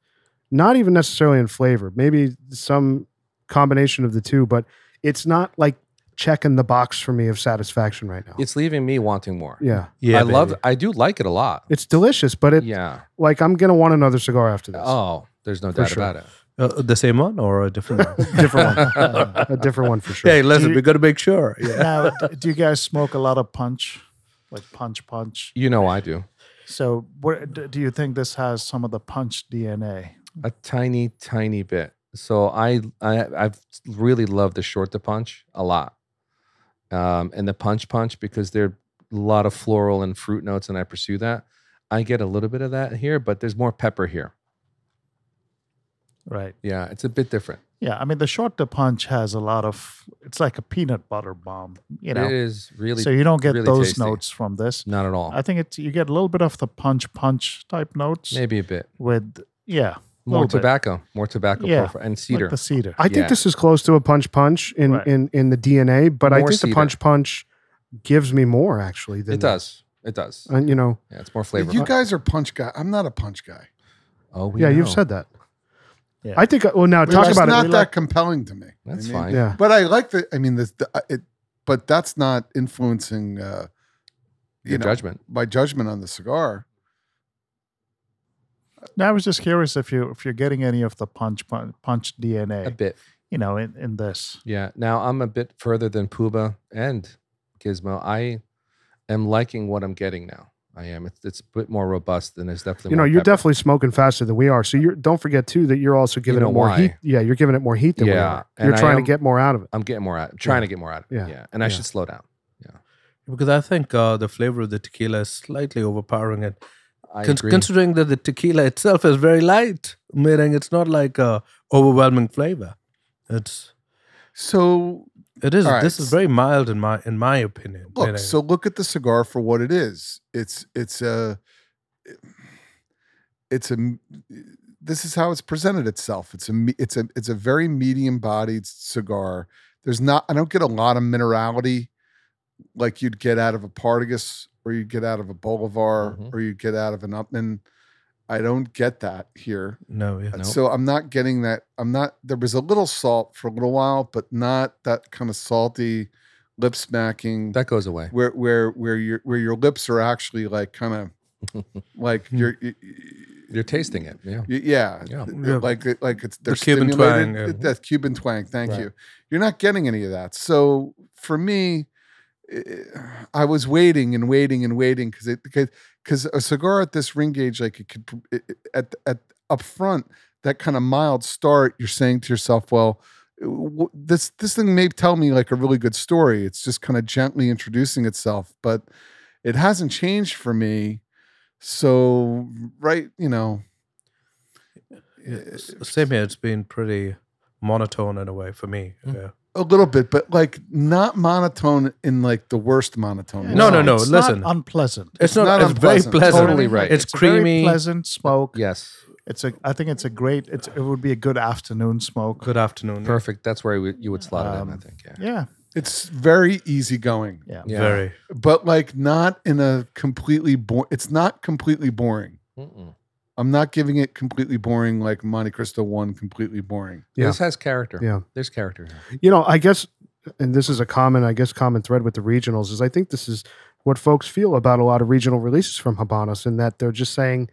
A: not even necessarily in flavor, maybe some combination of the two, but it's not like checking the box for me of satisfaction right now.
B: It's leaving me wanting more.
A: yeah.
D: Yeah.
B: I love.
D: baby.
B: I do like it a lot.
A: It's delicious, but it
B: yeah.
A: like I'm gonna want another cigar after this.
B: Oh, there's no
A: For
B: doubt
A: sure.
B: about it.
D: Uh, the same one or a different one?
A: Different one. a different one for sure.
D: Hey, listen,
E: you-
D: we got to make sure. Yeah.
E: now, d- do you guys smoke a lot of punch, like punch punch?
B: You know I do.
E: So, where, d- do you think this has some of the punch DNA?
B: a tiny tiny bit so i, I i've really loved the short to punch a lot um, and the punch punch because there are a lot of floral and fruit notes and i pursue that i get a little bit of that here but there's more pepper here
E: Right.
B: Yeah, it's a bit different.
E: Yeah. I mean, the short to punch has a lot of. It's like a peanut butter bomb. You know.
B: it is really
E: so you don't get
B: really
E: those
B: tasty.
E: notes from this.
B: not at all.
E: I think it's you get a little bit of the punch punch type notes
B: Maybe a bit
E: with yeah,
B: more
E: little bit.
B: tobacco, more tobacco
E: Yeah,
B: profile and cedar.
E: like the cedar.
A: I think
B: Yeah.
A: this is close to a punch punch in
E: Right.
A: in, in the DNA, but I
B: More
A: think the
B: cedar.
A: punch punch gives me more actually than
B: it does. It does.
E: Uh,
A: that. And you know,
B: Yeah, it's more flavorful.
C: You guys are punch guy. I'm not a punch guy.
B: oh, we
A: yeah,
B: know.
A: you've said that.
E: Yeah.
A: I think uh, well now
C: It's
A: talk about
C: not
A: it.
C: that compelling to me. I
B: that's
C: mean,
B: fine.
A: Yeah.
C: But I like the. I mean, this. The, uh, it, but that's not influencing uh,
B: Your
C: you know,
B: judgment.
C: my judgment on the cigar.
E: Now, I was just curious if you if you're getting any of the punch punch, punch
B: A
E: DNA,
B: bit.
E: you know, in, in this.
B: Yeah. Now I'm a bit further than Puba and Gizmo. I am liking what I'm getting now. I am. It's, it's a bit more robust and there's definitely
A: You know,
B: more
A: you're
B: pepper.
A: definitely smoking faster than we are. So you're don't forget too that you're also giving
B: know
A: it more
B: why.
A: heat. Yeah, you're giving it more heat than we
B: Yeah,
A: are.
B: and
A: You're
B: I
A: trying
B: am-
A: to get more out of it.
B: I'm getting more out. Trying to get more out. Of it.
A: Yeah.
B: Yeah. And I
A: Yeah.
B: should slow down.
D: Because I think uh, the flavor of the tequila is slightly overpowering it.
B: I
D: Con-
B: agree.
D: considering that the tequila itself is very light, meaning it's not like a overwhelming flavor. It's
C: So
D: it is.
C: All right.
D: This is very mild in my in my opinion.
C: look
D: meaning-
C: so look at the cigar for what it is it's it's a it's a this is how it's presented itself it's a me- it's a it's a very medium bodied cigar there's not i don't get a lot of minerality like you'd get out of a partagas or you'd get out of a bolivar
B: Mhm.
C: or you'd get out of an upman i don't get that here
D: no, yeah.
B: Nope.
C: so I'm not getting that. I'm not. There was a little salt for a little while, but not that kind of salty, lip smacking
B: that goes away.
C: where where where your where your lips are actually like kind of like you're y- y-
B: You're tasting it. Yeah.
C: y- yeah,
B: Yeah.
D: Yeah.
C: like it- like it's they're
D: Cuban
C: stimulated.
D: twang, yeah.
C: It- that Cuban twang. Thank
B: Right.
C: you. You're not getting any of that. So for me, eh, I was waiting and waiting and waiting because it because a cigar at this ring gauge like it could pr- it- it- at at up front that kind of mild start. You're saying to yourself, well. w- This this thing may tell me like a really good story. It's just kind of gently introducing itself, but it hasn't changed for me. So right, you know,
D: Yeah, s- same here. It's been pretty monotone in a way for me. Yeah.
C: a little bit, but like not monotone in like the worst monotone.
D: No, no, no,
E: It's not
D: listen.
E: unpleasant.
D: It's, not.
C: not
D: it's very
C: unpleasant.
D: pleasant.
B: Totally right.
D: It's,
E: a very
D: creamy.
E: pleasant smoke.
B: Yes.
E: It's a. I think it's a great. It's, it would be a good afternoon smoke.
D: Good afternoon.
B: Perfect. That's where we, you would slot it in, I
E: Um,
B: think. Yeah.
E: Yeah.
C: It's very easygoing,
E: Yeah.
B: Yeah.
D: Very.
C: but like not in a completely boring. It's not completely boring.
B: Mm-mm.
C: I'm not giving it completely boring like Monte Cristo one completely boring.
A: Yeah.
B: This has character.
A: Yeah.
B: There's character. here.
A: You know, I guess, and this is a common, I guess, common thread with the regionals is I think this is what folks feel about a lot of regional releases from Habanos, in that they're just saying,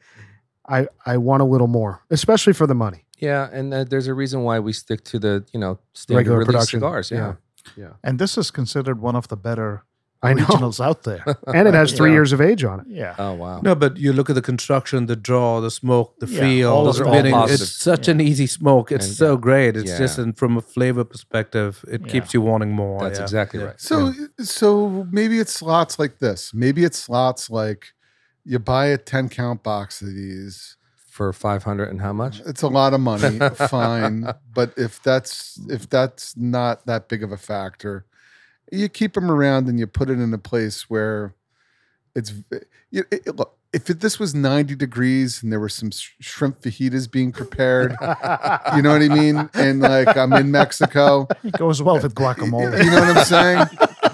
A: "I I want a little more," especially for the money.
B: Yeah, and uh, there's a reason why we stick to the you know standard
A: Regular
B: release
A: production.
B: cigars. Yeah.
A: Yeah.
E: And this is considered one of the better
A: I know,
E: originals out there.
A: and it has three
B: Yeah.
A: years of age on it.
E: Yeah.
B: Oh wow.
D: No, but you look at the construction, the draw, the smoke, the
E: Yeah,
D: feel.
E: all
B: of
D: the
B: it.
D: spinning,
B: All
D: it's
B: positives.
D: such an easy smoke. It's
B: And-
D: so great. It's
B: Yeah.
D: just in, from a flavor perspective, it
E: Yeah.
D: keeps you wanting more.
B: That's
D: Oh, yeah.
B: exactly
D: Yeah.
B: right.
C: So so maybe it's slots like this. Maybe it's slots like you buy a 10 count box of these.
B: For five hundred and how much?
C: It's a lot of money, fine, but if that's if that's not that big of a factor, you keep them around and you put it in a place where it's you it, it- look, if it, this was 90 degrees and there were some sh- shrimp fajitas being prepared, you know what I mean? And like I'm in Mexico,
E: It goes well with guacamole.
C: you know what I'm saying?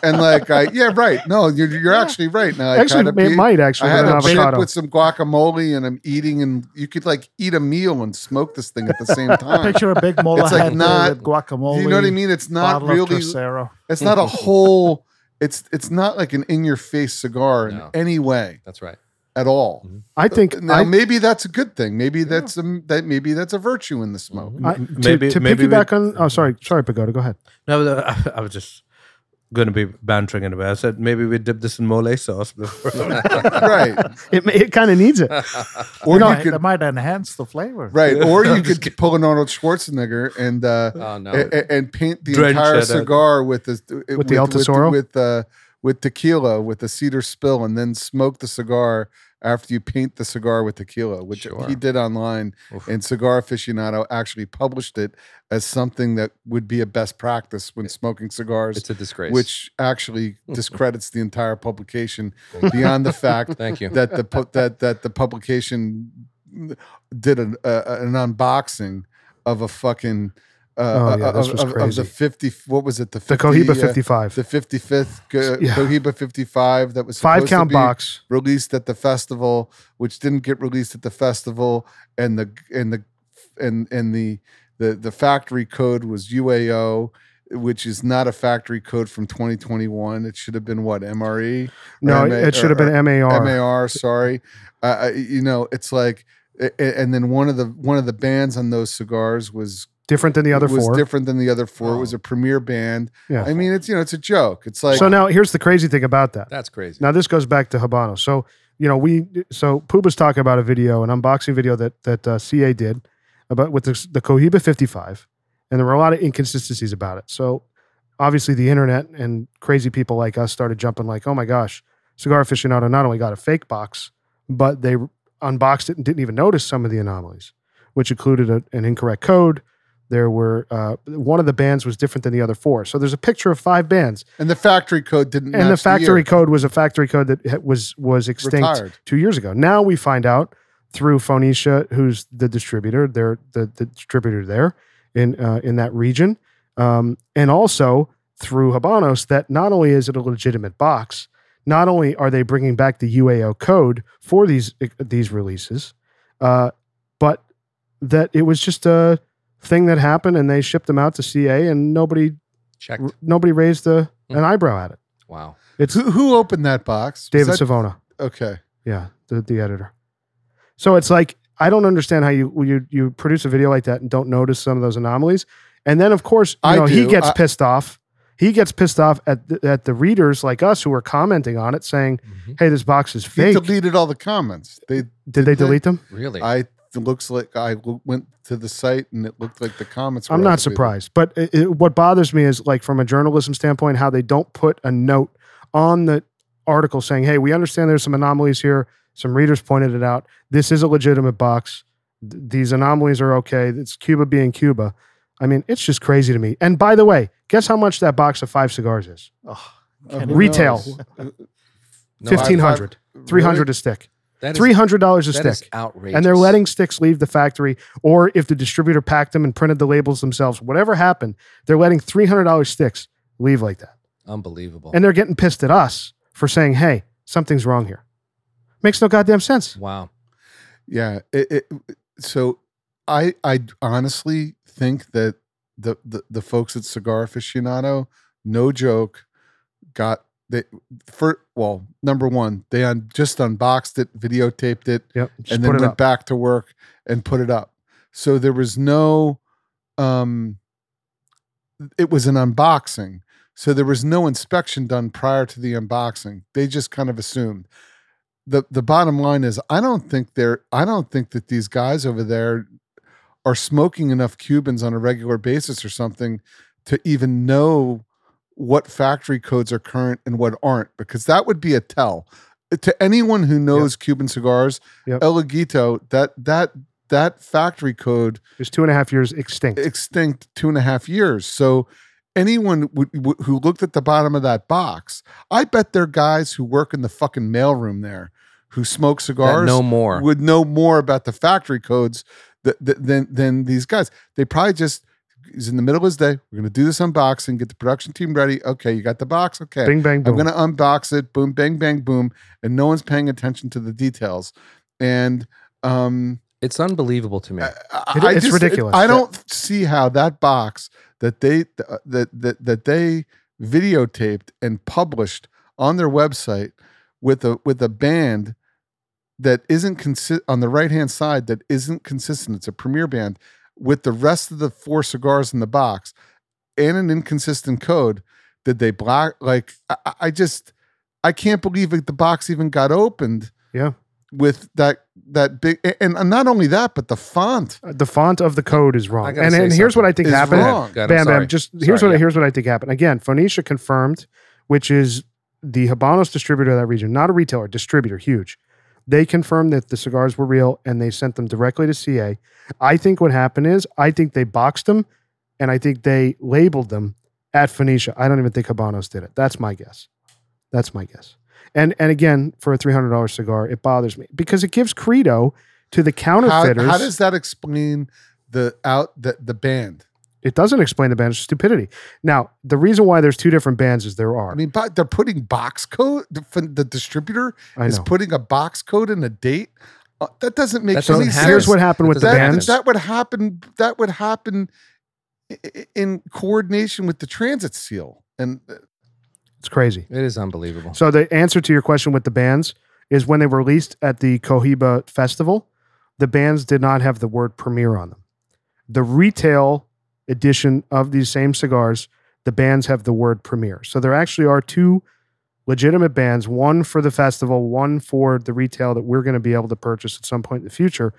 C: And like, I yeah, right. No, you're, you're actually right. Now, I
A: actually,
C: kinda
A: it
C: be-
A: might
C: I
A: actually with
C: had
A: an
C: a chip
A: avocado.
C: with some guacamole, and I'm eating, and you could like eat a meal and smoke this thing at the same time.
E: Picture a big mola
C: It's like
E: head
C: not-
E: with guacamole.
C: you know what I mean? It's not
E: bottle of
C: really.
E: Tercero.
C: It's not a whole. It's it's not like an in your face cigar in
B: No.
C: any way
B: That's right.
C: at all.
A: I think
C: Uh, now
A: I,
C: maybe that's a good thing. Maybe that's a that maybe that's a virtue in the smoke.
A: I- to,
D: Maybe-
A: to
D: maybe
A: piggyback
D: we-
A: on. Oh, sorry, sorry, Pagoda. Go ahead.
D: No, but, uh, I was just going to be bantering in a way. I said maybe we dip this in mole sauce before.
C: right,
A: It may- it kind of needs it.
C: or
E: That
C: you
E: might,
C: could
E: that might enhance the flavor.
C: right, or you could pull an Arnold Schwarzenegger and uh,
B: Oh no.
C: a- a- and, paint the
D: Drench
C: entire
D: it out.
C: cigar with this with,
A: the Altasoro?
C: with, with uh, with tequila with the cedar spill and then smoke the cigar after you paint the cigar with tequila, which
B: Sure.
C: he did online.
B: Oof.
C: And Cigar Aficionado actually published it as something that would be a best practice when smoking cigars,
B: It's a disgrace.
C: which actually discredits the entire publication beyond the fact
B: Thank you.
C: that the pu- that that the publication did an uh, an unboxing of a fucking uh,
A: Oh, yeah, this
C: of,
A: was
C: of- of the
A: crazy.
C: fifty. What was it? The
A: The
C: 50,
A: Cohiba
C: uh,
A: 55.
C: the fifty fifth
A: Yeah.
C: Cohiba fifty five. That was
A: Five
C: supposed to
A: count
C: be
A: box.
C: released at the festival, which didn't get released at the festival, and the and the and and the the the factory code was UAO. Which is not a factory code from 2021. It should have been what E? MRE.
A: No,
C: MA
A: it should have been
C: or-
A: MAR.
C: MAR. Sorry, uh, I- you know it's like, a- a- and then one of the one of the bands on those cigars was
A: Different than the other
C: was
A: four.
C: different than the other four. It was
B: Oh.
C: a premier band.
A: Yeah.
C: I mean, it's you know it's a joke. It's like
A: so now here's the crazy thing about that.
B: That's crazy.
A: Now this goes back to Habano. So you know we so Puba's talking about a video, an unboxing video that that uh, CA did about with the, the Cohiba 55, and there were a lot of inconsistencies about it. So obviously the internet and crazy people like us started jumping like, oh my gosh, Cigar Aficionado not only got a fake box, but they unboxed it and didn't even notice some of the anomalies, which included a, an incorrect code. There were uh, one of the bands was different than the other four. So there's a picture of five bands
C: and the factory code didn't.
A: and the
C: match year.
A: factory code was a factory code that ha- was was extinct
C: Retired.
A: two years ago. Now we find out through Phoenicia, who's the distributor, they're the, the distributor there in uh, in that region, um, and also through Habanos that not only is it a legitimate box, not only are they bringing back the UAO code for these e, these releases, uh, but that it was just a thing that happened and they shipped them out to CA and nobody
B: Checked.
A: nobody raised a,
B: Hmm.
C: Mm.
A: an eyebrow at it.
B: Wow.
A: It's
C: Who, who opened that box? Was
A: David
C: that-
A: Savona.
C: Okay.
A: Yeah, the, the editor. So it's like I don't understand how you you you produce a video like that and don't notice some of those anomalies. And then of course, you
C: I
A: know, he
C: do.
A: gets
C: I-
A: pissed off. He gets pissed off at the, at the readers like us who are commenting on it, saying,
B: Mhm.
A: "Hey, this box is
C: He
A: fake."
C: deleted all the comments. They
A: Did they
C: they?
A: delete them?
B: Really?
C: I it looks like I w- went to the site and it looked like the comments. Were
A: I'm
C: all
A: not
C: deleted.
A: surprised, but it, it, what bothers me is like from a journalism standpoint, how they don't put a note on the article saying, "Hey, we understand there's some anomalies here. Some readers pointed it out. This is a legitimate box. Th- these anomalies are okay. It's Cuba being Cuba." I mean, it's just crazy to me. And by the way, guess how much that box of five cigars is?
E: Oh,
C: Oh,
E: can't
C: who
E: even-
A: Retail.
C: knows?
B: No, I-
A: Fifteen hundred.
C: Really?
A: Three hundred a stick.
B: that is-
A: Three hundred dollars a
B: that is
A: stick.
B: outrageous.
A: And they're letting sticks leave the factory, or if the distributor packed them and printed the labels themselves, whatever happened, they're letting three hundred dollars sticks leave like that.
B: Unbelievable.
A: And they're getting pissed at us for saying, hey, something's wrong here. Makes no goddamn sense.
B: wow.
C: Yeah. It, it, so I I honestly think that the, the the folks at Cigar Aficionado, no joke, got they for well number one they un, just unboxed it, videotaped it,
A: Yep. Just
C: and then
A: put
C: went
A: it up.
C: back to work and put it up. So there was no, um, it was an unboxing. So there was no inspection done prior to the unboxing. They just kind of assumed. the The bottom line is, I don't think they're. I don't think that these guys over there are smoking enough Cubans on a regular basis or something to even know what factory codes are current and what aren't, because that would be a tell to anyone who knows Cuban cigars.
A: Yep.
C: El Aguito, that that that factory code
A: It's two and a half years extinct.
C: extinct two and a half years. So anyone would, would, who looked at the bottom of that box, I bet there are guys who work in the fucking mailroom there who smoke
B: That
C: cigars
B: no more.
C: would know more about the factory codes th- th- than than these guys. They probably just is in the middle of his day. We're going to do this unboxing, get the production team ready. Okay, you got the box. Okay,
A: Bing, bang, boom.
C: I'm going to unbox it. Boom, bang, bang, boom. And no one's paying attention to the details. And um,
B: it's unbelievable to
A: Uh,
B: me.
C: I, I-
A: It-
C: I
A: it's
C: just-
A: ridiculous.
C: I don't see how that box that they uh, that that that they videotaped and published on their website with a with a band that isn't consi- on the right hand side that isn't consistent. It's a premier band with the rest of the four cigars in the box and an inconsistent code. Did they block? Like I- I, I just I can't believe that the box even got opened.
A: Yeah.
C: With that that big and, and not only that, but the font.
A: Uh, the font of the code is wrong.
B: I
A: And,
B: gotta say
A: and here's what
B: something.
A: I think
C: It's
A: happened.
C: wrong.
B: God, I'm
A: Bam,
B: sorry.
A: bam. Just here's
B: Sorry,
A: what I
B: yeah.
A: here's what I think happened. Again, Phoenicia confirmed, which is the Habanos distributor of that region, not a retailer, distributor, huge. They confirmed that the cigars were real and they sent them directly to CA. I think what happened is I think they boxed them and I think they labeled them at Phoenicia. I don't even think Habanos did it. That's my guess. That's my guess. And and again, for a three hundred dollar cigar, it bothers me because it gives credo to the
C: How,
A: counterfeiters.
C: how does that explain the out the, the band?
A: it doesn't explain the band's stupidity. Now, the reason why there's two different bands is there are.
C: I mean, but they're putting box code. The, fin- the distributor
A: I
C: is
A: know.
C: putting a box code and a date. Uh, that doesn't make
B: That
C: any
B: doesn't
C: sense.
B: happen.
A: Here's what happened with the
B: That-
A: bands.
C: that would happen. That would happen i- i- in coordination with the transit seal. And uh,
A: it's crazy.
B: It is unbelievable.
A: So the answer to your question with the bands is when they were released at the Cohiba Festival, the bands did not have the word premiere on them. The retail edition of these same cigars, the bands have the word premiere. So there actually are two legitimate bands, one for the festival, one for the retail that we're going to be able to purchase at some point in the future.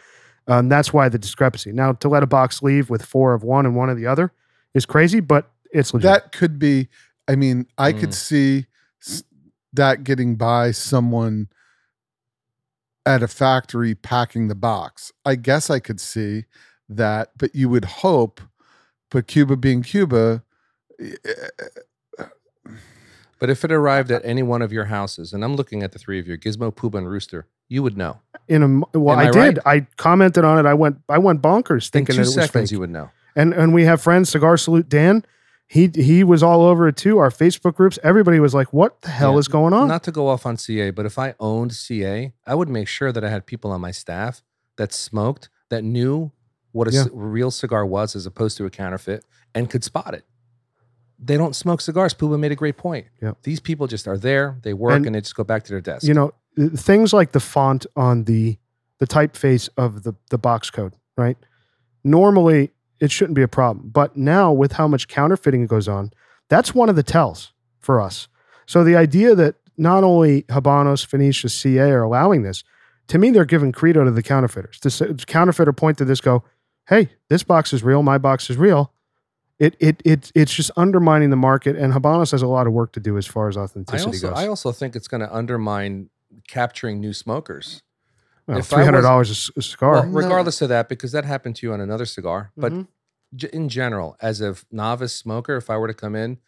A: Um, that's why the discrepancy. Now, to let a box leave with four of one and one of the other is crazy, but it's legit.
C: that could be. I mean, I could
B: Mm.
C: see s- that getting by someone at a factory packing the box. I guess I could see that, but you would hope. But Cuba being Cuba, eh, eh,
B: But if it arrived at any one of your houses, and I'm looking at the three of you, Gizmo, Pooba, and Rooster, you would know.
A: in a mo- well,
B: Am
A: I,
B: I
A: did. I commented on it. I went. I went bonkers
B: In
A: thinking
B: two
A: that it was
B: seconds,
A: fake.
B: you would know.
A: and and we have friends. Cigar salute Dan. He he was all over it too. Our Facebook groups. Everybody was like, "What the hell
B: Yeah.
A: is going on?"
B: Not to go off on CA, but if I owned CA, I would make sure that I had people on my staff that smoked, that knew what a
A: Yeah.
B: c- real cigar was as opposed to a counterfeit and could spot it. They don't smoke cigars. Pooba made a great point.
A: Yeah.
B: These people just are there, they work,
A: And-
B: and, they just go back to their desk.
A: you know, th- things like the font on the the typeface of the the box code. Right. Normally, it shouldn't be a problem, but now with how much counterfeiting goes on, that's one of the tells for us. So the idea that not only Habanos, Phoenicia, CA are allowing this, to me, they're giving credo to the counterfeiters. This uh, counterfeiter point to this go, hey, this box is real, my box is real. It, it, it, it's just undermining the market, and Habanos has a lot of work to do as far as
B: I
A: authenticity
B: also,
A: goes.
B: I also think it's going to undermine capturing new smokers.
A: Well,
B: if I
A: three hundred dollars a, s- a cigar.
B: Well, regardless of that, because that happened to you on another cigar. But
E: Mm-hmm.
A: Mhm.
B: j- in general, as a novice smoker, if I were to come in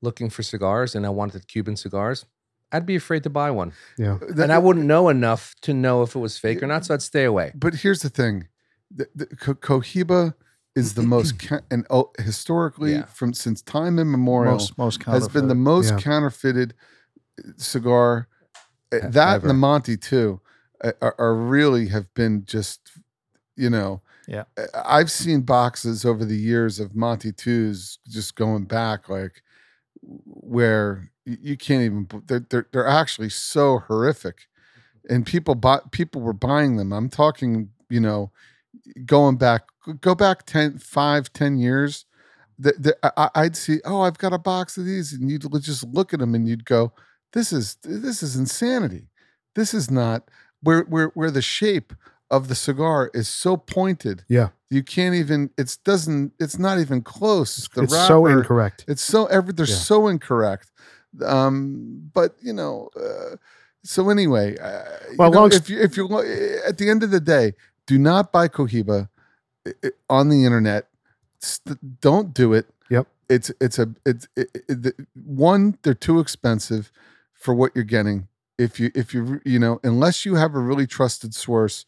B: looking for cigars and I wanted Cuban cigars, I'd be afraid to buy one,
A: yeah,
C: that-
B: and I wouldn't know enough to know if it was fake or not, so I'd stay away.
C: But here's the thing: the, the Co- Cohiba is the most ca- and oh, historically
B: Yeah.
C: from since time immemorial
E: Most, most
C: has been the
E: counterfeit.
C: most
A: Yeah.
C: counterfeited cigar. Uh,
B: E-
C: That and
B: ever.
C: the Monty too uh, are, are really have been just you know.
E: Yeah.
C: Uh, I've seen boxes over the years of Monty twos just going back like where y- you can't even b- they're they're, they're actually so horrific
E: Mm-hmm.
C: and people bought people were buying them i'm talking you know going back go back 10 5 10 years the, the, I, I- i'd see oh i've got a box of these and you'd l- just look at them and you'd go this is this is insanity this is not where where where the shape of the cigar is so pointed
A: Yeah.
C: you can't even it's doesn't it's not even close the
A: it's so
C: wrapper-
A: incorrect.
C: it's so ever they're
A: Yeah.
C: so incorrect. Um, but you know, uh, so anyway, uh, you
A: Well,
C: know,
A: long s-
C: if you if you lo- at the end of the day, do not buy Cohiba i- i- on the internet. St- don't do it.
A: Yep.
C: It's it's a it's it, it, the- one they're too expensive for what you're getting. If you if you re- you know unless you have a really trusted source,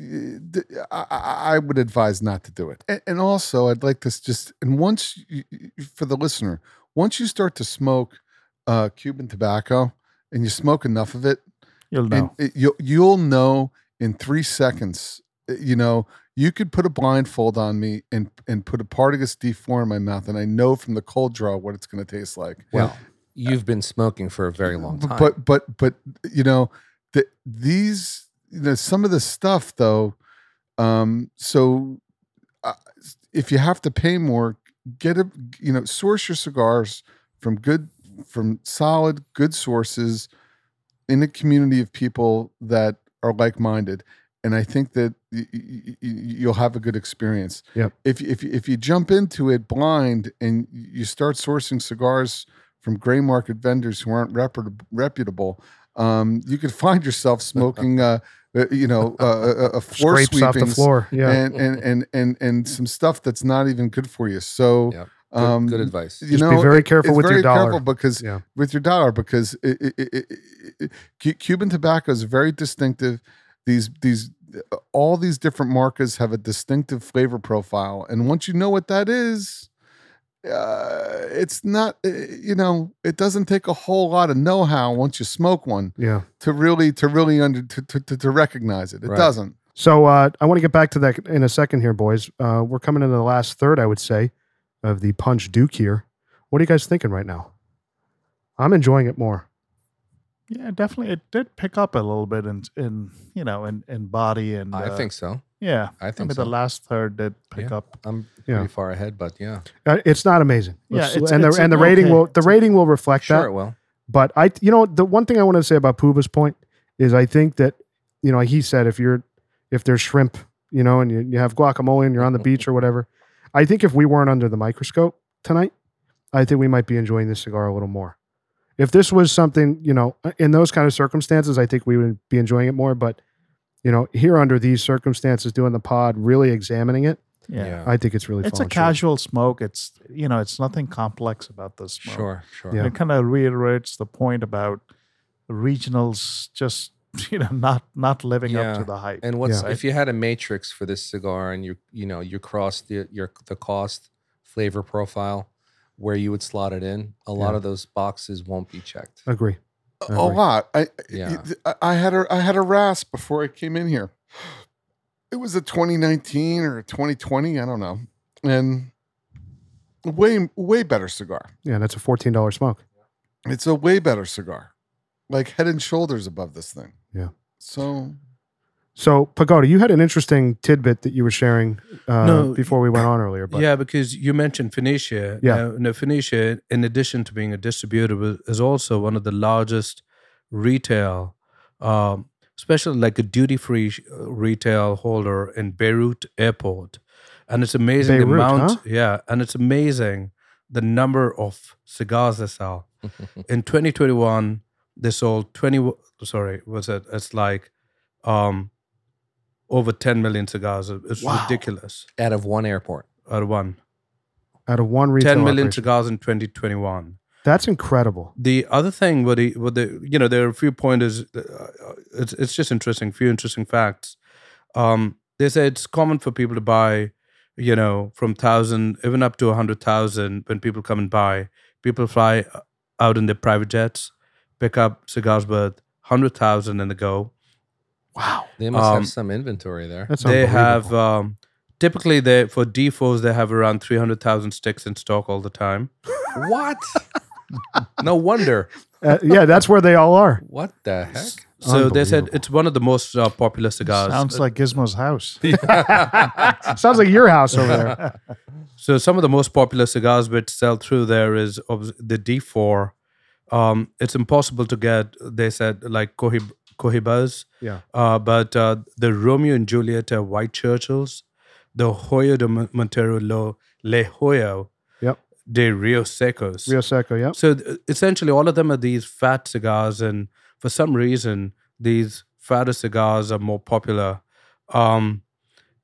C: eh, th- I, I- I would advise not to do it. And, and also, I'd like to s- just and once you, you- for the listener, once you start to smoke uh, Cuban tobacco and you smoke enough of it,
E: You'll know.
C: and it, you, you'll know in three seconds. uh, You know, you could put a blindfold on me and and put a Partagas D4 in my mouth, and I know from the cold draw what it's going to taste like.
B: Well, you've been smoking for a very long
C: B-
B: time.
C: But but but you know that these you know some of the stuff though. Um, so uh, if you have to pay more, get a you know source your cigars from good from solid good sources in a community of people that are like minded. And I think that y- y- y- y- you'll have a good experience.
A: Yep.
C: If, if if you jump into it blind and you start sourcing cigars from gray market vendors who aren't reputab- reputable, um, you could find yourself smoking, uh, uh, you know, uh, a, a floor
A: Scrapes off the
C: sweepings
A: floor. Yeah.
C: and, and and and and some stuff that's not even good for you. So,
B: Yep. Good,
C: um,
B: good advice.
C: You
A: Just
C: know,
A: be very careful
C: it's
A: with
C: very
A: your dollar.
C: careful because
A: Yeah.
C: with your dollar because it, it, it, it- it- Cu- Cuban tobacco is very distinctive. These these all these different markers have a distinctive flavor profile, and once you know what that is, uh, it's not uh, you know it doesn't take a whole lot of know how once you smoke one
A: Yeah.
C: to really to really under to to, to, to recognize it. It
B: Right.
C: doesn't.
A: So uh, I want to get back to that in a second here, boys. Uh, we're coming into the last third, I would say, of the Punch Duke here. What are you guys thinking right now? I'm enjoying it more.
E: Yeah, definitely. It did pick up a little bit in in you know in in body and
B: I
E: uh,
B: think so.
E: yeah.
B: I
E: I mean,
B: think so.
E: the last third did pick
B: Yeah.
E: up.
B: I'm
A: Yeah.
B: pretty far ahead, but yeah,
A: Uh, It's not amazing.
E: Yeah,
A: Let's-
E: it's-
A: and the
E: it's
A: and the
E: an
A: rating
E: okay-
A: will the
E: it's a-
A: rating will reflect
B: sure
A: that.
B: it will.
A: But I, you know, the one thing I want to say about Puba's point is I think that, you know, he said if you're, if there's shrimp, you know, and you, you have guacamole and you're on the beach or whatever, I think if we weren't under the microscope tonight, I think we might be enjoying this cigar a little more. If this was something, you know, uh, in those kind of circumstances, I think we would be enjoying it more. But, you know, here under these circumstances, doing the pod, really examining it,
E: Yeah.
A: I think it's really
E: It's a
A: fallen short.
E: casual smoke. It's you know, it's nothing complex about this smoke.
B: Sure, sure.
A: Yeah.
E: It kind of reiterates the point about regionals just you know not not living up
B: Yeah.
E: to the hype.
B: And what's
E: Yeah.
B: if you had a matrix for this cigar and you you know you crossed the your the cost flavor profile where you would slot it in, a lot
A: Yeah.
B: of those boxes won't be checked.
A: Agree.
C: a
A: Agree.
C: lot. I,
B: Yeah.
C: I I had a I had a rasp before I came in here. It was a 2019 or a 2020, I don't know, and way way better cigar.
A: Yeah, and that's a fourteen dollar smoke.
C: It's a way better cigar, like head and shoulders above this thing.
A: Yeah.
C: So
A: So, Pagoda, you had an interesting tidbit that you were sharing uh,
D: No,
A: before we went on earlier. But
D: yeah, because you mentioned Phoenicia.
A: Yeah.
D: Now, now, Phoenicia, in addition to being a distributor, wa- is also one of the largest retail, um, especially like a duty free retail holder in Beirut airport. And it's amazing the
A: Beirut,
D: amount.
A: huh?
D: Yeah. And it's amazing the number of cigars they sell in 2021 they sold 20 sorry was it it's like um over 10 million cigars it's
E: Wow.
D: ridiculous
B: Out of one airport.
D: out of one
A: out of one retail,
D: 10 million
A: operation.
D: cigars in 2021
A: that's incredible.
D: the other thing what he what the you know there are a few pointers uh, it's, it's just interesting few interesting facts um they say it's common for people to buy you know from thousand even up to a hundred thousand when people come and buy people fly uh, out in their private jets pick up cigars worth hundred thousand and they go
E: wow.
B: They must
D: Um,
B: have some inventory there.
A: That's
D: they have
A: unbelievable.
D: um typically they for d4s they have around 300000 sticks in stock all the time
B: what? no wonder.
A: Uh, yeah, that's where they all are.
B: What the heck?
D: so they said
A: Unbelievable.
D: it's one of the most uh, popular cigars Uh,
E: Sounds like Gizmo's house.
A: Sounds like your house over there.
D: So some of the most popular cigars which sell through there is obs- the D4. Um, it's impossible to get. They said like Cohib- Cohibas,
A: Yeah.
D: uh, but uh, the Romeo and Juliet are White Churchills, the Hoyo de Mon- Montero Lo Le Hoyo,
A: Yep.
D: de Rio Secos.
A: Rio Seco. Yep.
D: So th- essentially, all of them are these fat cigars, and for some reason, these fatter cigars are more popular. Um,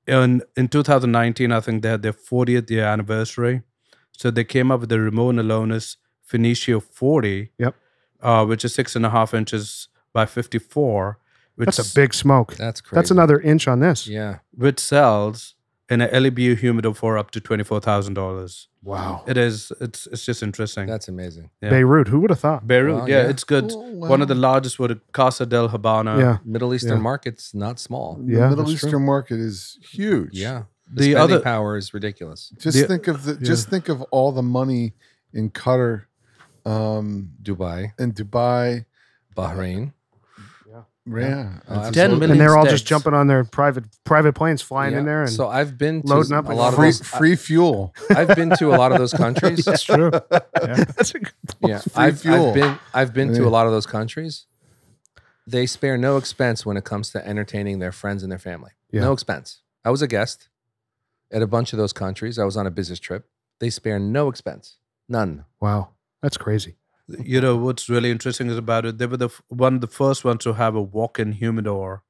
D: in in 2019, I think they had their 40th year anniversary, so they came up with the Ramon Alonis Finicio 40,
A: Yep.
D: uh, which is six and a half inches by 54, which
A: That's a big smoke.
B: That's crazy.
A: That's another inch on this.
B: Yeah.
D: which sells in a LEBU humidor for up to twenty four thousand dollars.
A: Wow.
D: It is it's it's just interesting.
B: That's amazing.
D: Yeah.
A: Beirut. Who would have thought?
D: Beirut,
B: Wow,
D: yeah,
B: yeah.
D: it's good.
C: Oh,
D: One of
C: wow.
D: the uh, largest was Casa del Habana.
A: yeah.
B: Middle Eastern
A: Yeah.
B: market's not small.
C: the
A: Yeah,
C: Middle
A: that's true.
C: Eastern market is huge.
B: Yeah. The,
D: The
B: spending
D: other-
B: power is ridiculous.
C: Just
D: The-
C: think of the just think of all the money in Qatar, um,
B: Dubai,
C: and Dubai.
B: Bahrain.
C: Yeah.
B: Oh,
C: It's-
B: absolutely.
D: million
A: And they're all just
D: sticks.
A: jumping on their private private planes, flying in
B: Yeah.
A: there, and
B: so I've been to
A: loading up
B: a
A: with
B: lot of
C: free,
B: those.
C: free fuel.
B: I've been to a lot of those countries.
E: That's true. Yeah.
A: that's a good
B: yeah,
C: Free
B: I've,
C: fuel.
B: I've been I've been to
C: Yeah.
B: a lot of those countries. They spare no expense when it comes to entertaining their friends and their family.
A: Yeah.
B: No expense. I was a guest at a bunch of those countries. I was on a business trip. They spare no expense, none.
A: wow. That's crazy.
D: you know what's really interesting is about it. They were the f- one, the first one to have a walk-in humidor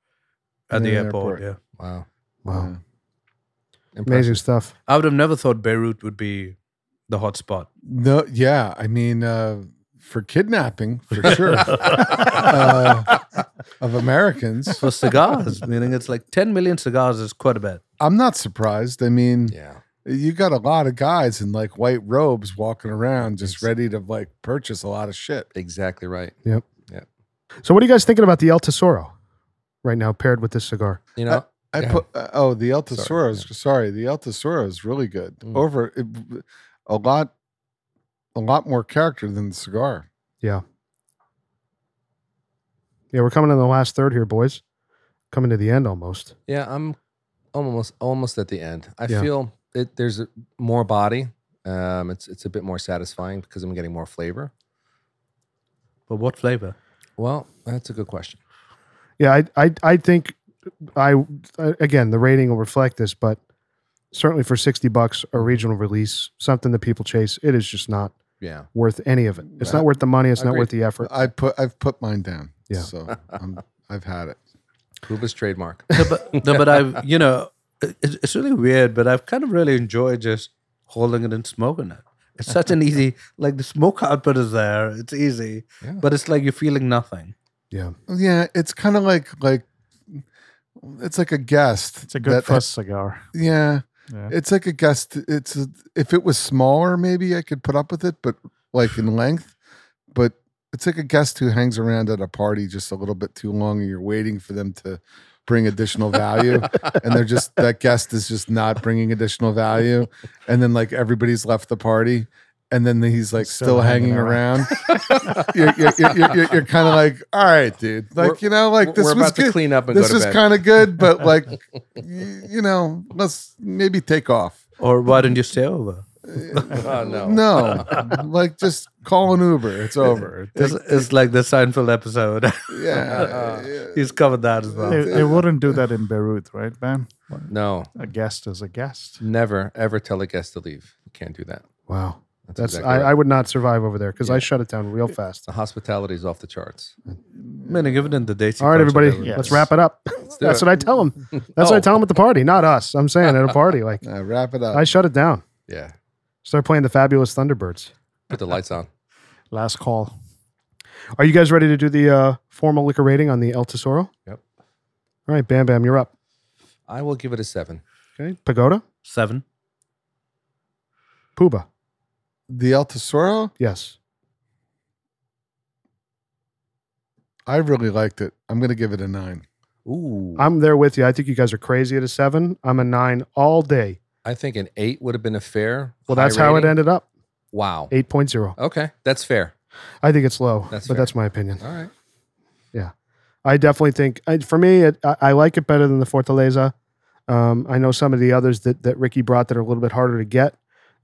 D: at
C: Yeah,
D: the
C: the
D: airport. Yeah,
B: Wow.
A: Wow.
C: Yeah.
A: Amazing
B: Impressive.
A: stuff.
D: I would have never thought Beirut would be the hot spot.
C: No, yeah. I mean, uh, for kidnapping, for sure, uh, of Americans.
D: for cigars, meaning it's like 10 million cigars is quite a bit.
C: I'm not surprised. I mean,
B: Yeah.
C: you got a lot of guys in like white robes walking around, just
B: Exactly.
C: ready to like purchase a lot of shit.
B: Exactly right.
A: So, what are you guys thinking about the El Tesoro right now, paired with this cigar?
B: You know,
C: I
B: Yeah.
C: put uh, oh the El
B: Sorry,
C: Tesoro is sorry the El Tesoro is really good
B: Mm.
C: over it, a lot a lot more character than the cigar
A: Yeah, we're coming in the last third here, boys. Coming to the end almost.
B: yeah, I'm almost almost at the end. I
A: Yeah.
B: feel it, there's a- more body. Um, it's it's a bit more satisfying because I'm getting more flavor.
D: But what flavor?
B: Well, that's a good question.
A: Yeah, I, I, I think I again the rating will reflect this, but certainly for sixty bucks a regional release, something that people chase, it is just not
B: Yeah.
A: worth any of it. It's
C: Right.
A: not worth the money. It's not
B: Agreed.
A: worth the effort.
C: I put I've put mine down
A: Yeah.
C: so I'm, I've had it
B: Cuba's trademark.
D: No, but, no, but I've, you know, it, it's really weird, but I've kind of really enjoyed just holding it and smoking it. It's such an easy, like the smoke output is there. It's easy,
B: Yeah.
D: but it's like you're feeling nothing.
C: yeah it's kind of like like it's like a guest
E: It's a good
C: that-
E: first cigar.
C: yeah
E: Yeah.
C: it's like a guest it's a, if it was smaller maybe I could put up with it but like in length but it's like a guest who hangs around at a party just a little bit too long and you're waiting for them to bring additional value and they're just that guest is just not bringing additional value and then like everybody's left the party and then he's like still,
E: Still hanging
C: hanging around,
E: around.
C: you're, you're, you're, you're, you're kind of like all right dude like
B: We're-
C: you know like this
B: we're
C: was
B: about to
C: good
B: clean up and
C: this
B: go
C: was
B: to bed.
C: kind of good but like y- you know let's maybe take off
D: Or why don't you stay over?
B: oh, no.
C: no like just call an uber it's over
D: It's, it's like the Seinfeld episode.
C: yeah
D: He's covered that as well.
E: They, they wouldn't do that in Beirut, right, Ben?
B: No.
E: A guest is a guest.
B: Never ever tell a guest to leave. Can't do that.
A: Wow,
B: That's,
A: that's
B: exactly
A: I,
B: right.
A: I would not survive over there because I
B: Yeah.
A: shut it down real fast.
B: the hospitality is off the charts.
D: Meaning, even in the dating.
A: All right, everybody,
E: Yes.
A: let's wrap it up.
B: do
A: That's
B: it.
A: what I tell them. That's what I
B: Oh.
A: tell them at the party, not us. I'm saying at a party, like
C: Uh, wrap it up
A: I shut it down.
B: Yeah.
A: Start playing the fabulous Thunderbirds.
B: Put the lights on.
E: Last call.
A: Are you guys ready to do the uh, formal liquor rating on the El Tesoro?
B: Yep.
A: All right, Bam Bam, you're up.
B: I will give it a seven.
A: Okay. Pagoda,
D: Seven.
A: Puba,
C: the el tesoro
A: yes.
C: i really liked it i'm gonna give it a nine
B: Ooh.
A: I'm there with you. I think you guys are crazy at a seven. I'm a nine all day.
B: I think an eight would have been a fair.
A: Well,
B: high
A: that's how it
B: rating.
A: ended up
B: Wow.
A: 8.0.
B: Okay. That's fair.
A: I think it's low,
B: That's
A: but
B: fair.
A: that's my opinion.
B: All right.
A: I definitely think, I, for me, it, I, I like it better than the Fortaleza. Um, I know some of the others that, that Ricky brought that are a little bit harder to get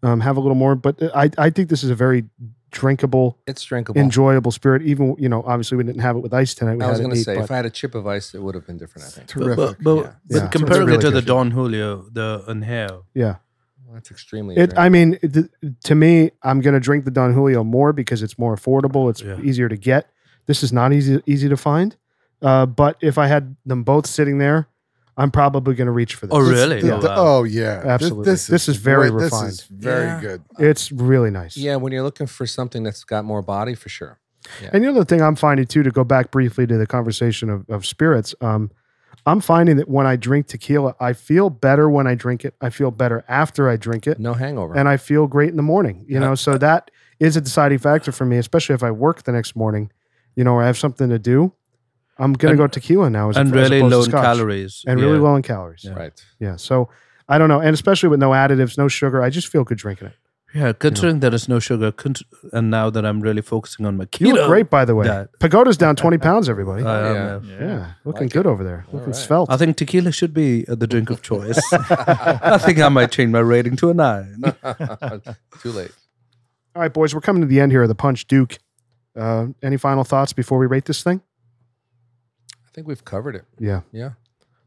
A: um, have a little more, but I, I think this is a very drinkable,
B: It's drinkable.
A: enjoyable spirit. Even, you know, obviously we didn't have it with ice tonight. We
B: I was
A: had it
B: going to
A: neat,
B: say,
A: but-
B: if I had a chip of ice, it would have been different, I think.
C: terrific
D: But, but,
B: Yeah.
D: but
A: Yeah.
D: comparing
A: Really
D: it to the
A: terrific.
D: Don Julio, the Unhale,
A: yeah.
B: That's extremely.
A: It,
B: drinkable.
A: I mean, it, th- to me, I'm going to drink the Don Julio more because it's more affordable. It's
D: Yeah.
A: easier to get. This is not easy easy to find. Uh, but if I had them both sitting there, I'm probably going to reach for this.
D: Oh,
C: This-
D: really?
C: the-
A: Oh,
C: the-
D: wow.
C: oh yeah Thi-
A: Absolutely. This is very
C: way-
A: refined.
C: this is very
B: Yeah.
C: good
A: It's really nice.
B: yeah, when you're looking for something that's got more body, for sure.
A: And the other thing I'm finding too, to go back briefly to the conversation of, of spirits, um, I'm finding that when I drink tequila, I feel better when I drink it. I feel better after I drink it.
B: No hangover.
A: and I feel great in the morning. You
B: Yeah.
A: know, so that is a deciding factor for me, especially if I work the next morning. You know, or I have something to do. I'm gonna
D: And-
A: go tequila now, as,
D: and
A: as
D: really
A: opposed to
D: low in
A: scotch.
D: calories.
A: and really
D: Yeah.
A: low in calories. Yeah.
B: right.
A: so I don't know, and especially with no additives, no sugar, I just feel good drinking it.
D: Yeah, considering there is no sugar, con- and now that I'm really focusing on my keto,
A: You look great, by the way.
D: that-
A: Pagoda's down 20 pounds, everybody.
D: I, am,
B: Yeah.
D: uh,
A: yeah. looking
B: Like
A: good
B: it.
A: over there,
B: All
A: looking
B: right.
A: svelte.
D: I think tequila should be uh, the drink of choice. I think I might change my rating to a nine.
B: Too late.
A: All right, boys, we're coming to the end here of the Punch Duke. Uh, any final thoughts before we rate this thing?
B: I think we've covered it.
A: Yeah,
B: Yeah.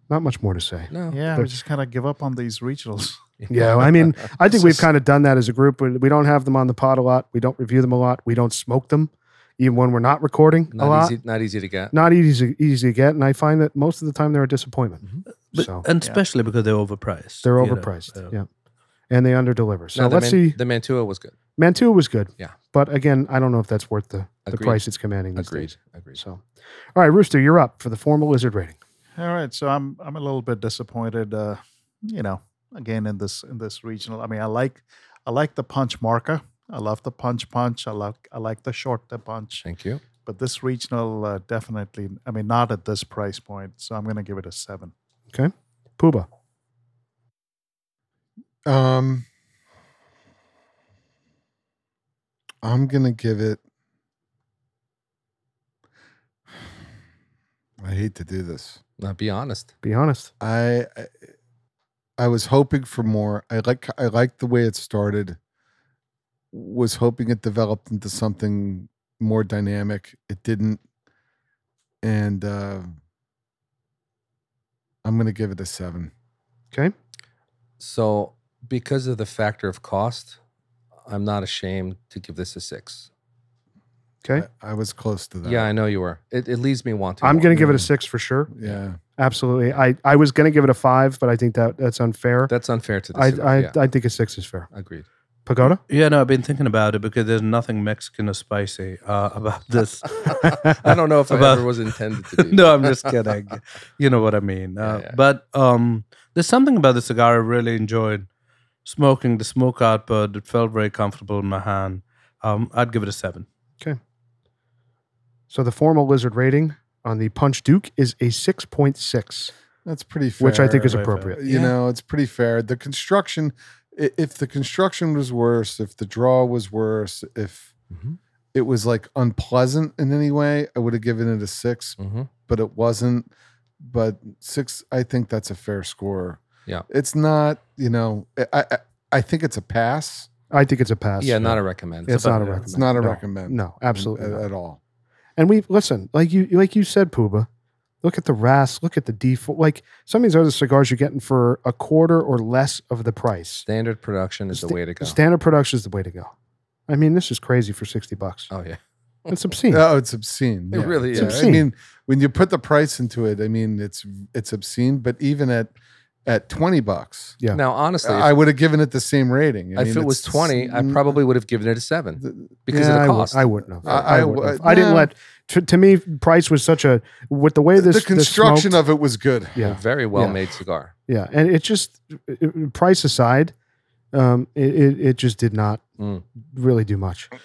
A: not much more to say.
B: No.
E: Yeah, we just kind of give up on these regionals.
A: Yeah, I mean, I think
E: It's
A: we've
E: just-
A: kind of done that as a group. We we don't have them on the pod a lot. We don't review them a lot. We don't smoke them. even when we're not recording a
B: Not
A: lot.
B: easy, not easy to get.
A: Not easy easy to get, and I find that most of the time they're a disappointment.
D: Mm-hmm. But,
A: so
D: and
E: Yeah.
D: especially because they're overpriced.
A: they're
D: you know,
A: overpriced.
D: so.
A: yeah. And they underdeliver. So
B: No, the
A: let's
B: Man-
A: see.
B: The Mantua was good.
A: Mantua was good.
B: Yeah.
A: But again, I don't know if that's worth the, the
B: Agreed.
A: price it's commanding. These
B: Agreed.
A: Days.
B: Agreed.
A: So, all right, Rooster, you're up for the formal lizard rating.
E: All right, so I'm I'm a little bit disappointed. Uh, you know, again in this in this regional. I mean, I like I like the punch marker. I love the punch punch. I like I like the short the punch.
B: Thank you.
E: But this regional uh, definitely. I mean, not at this price point. So I'm going to give it a seven.
A: Pooba.
C: Um, I'm gonna give it. I hate to do this.
B: Now be honest.
A: Be honest.
C: I, I I was hoping for more. I like I liked the way it started. Was hoping it developed into something more dynamic. It didn't, and uh, I'm gonna give it a seven.
A: Okay.
B: So, because of the factor of cost, I'm not ashamed to give this a six.
A: Okay.
C: I, I was close to that.
B: Yeah, I know you were. It, it leaves me wanting.
A: I'm going to
B: more.
A: give it a six for sure.
C: yeah.
A: Absolutely. I, I was going to give it a five, but I think that that's unfair.
B: That's unfair to the.
A: I,
B: city.
A: I,
B: yeah,
A: I think a six is fair.
B: agreed.
A: Pagoda?
D: Yeah, no, I've been thinking about it because there's nothing Mexican or spicy uh, about this.
B: I don't know if I
D: About-
B: ever was intended to be.
D: no, I'm just kidding. You know what I mean. Uh,
B: Yeah, yeah.
D: But um, there's something about the cigar I really enjoyed smoking. The smoke output it felt very comfortable in my hand. Um, I'd give it a seven.
A: So the formal lizard rating on the Punch Duke is a 6.6,
C: That's pretty fair. uh,
A: which I think is
D: Fair, very
A: appropriate.
C: you know it's pretty fair the construction i- if the construction was worse if the draw was worse if
A: Mm-hmm.
B: Mhm.
C: it was like unpleasant in any way i would have given it a six
B: Mhm.
C: but it wasn't but six i think that's a fair score
B: Yeah.
C: it's not you know i i, I think it's a pass
A: I think it's a pass.
B: Yeah, not a recommend.
A: It's not a
B: about-
A: recommend.
C: it's not a
A: No,
C: recommend Uh,
A: No, absolutely.
C: at,
A: not.
C: at all
A: And we listen, like you like you said, Pooba. Look at the RAS, look at the D4. Like some of these other cigars you're getting for a quarter or less of the price.
B: Standard production is the
A: Sta-
B: way to go.
A: Standard production is the way to go. I mean, this is crazy for 60 bucks.
B: oh yeah,
A: That's obscene.
C: oh it's obscene
B: It really
A: is.
C: yeah.
A: Obscene.
C: i mean when you put the price into it i mean it's it's obscene but even at at 20 bucks
A: Yeah. Uh,
B: Now, honestly, if,
C: I would have given it the same rating. I
B: if
C: mean,
B: it was 20,
C: it's-
B: I probably would have given it a seven
C: The-
B: because
A: Yeah,
B: of
A: I
B: the
A: would-
B: cost.
A: I, wouldn't have. I,
C: I- uh, I
A: wouldn't
C: would-
A: have. I didn't
C: no.
A: let. To, to me, price was such a with the way this
C: the
A: this
C: construction
A: smoked-
C: of it was good.
B: A
A: yeah,
B: very well
A: Yeah.
B: made cigar.
A: yeah, and it just it- it- price aside, um, it it, it just did not
B: Mm.
A: really do much.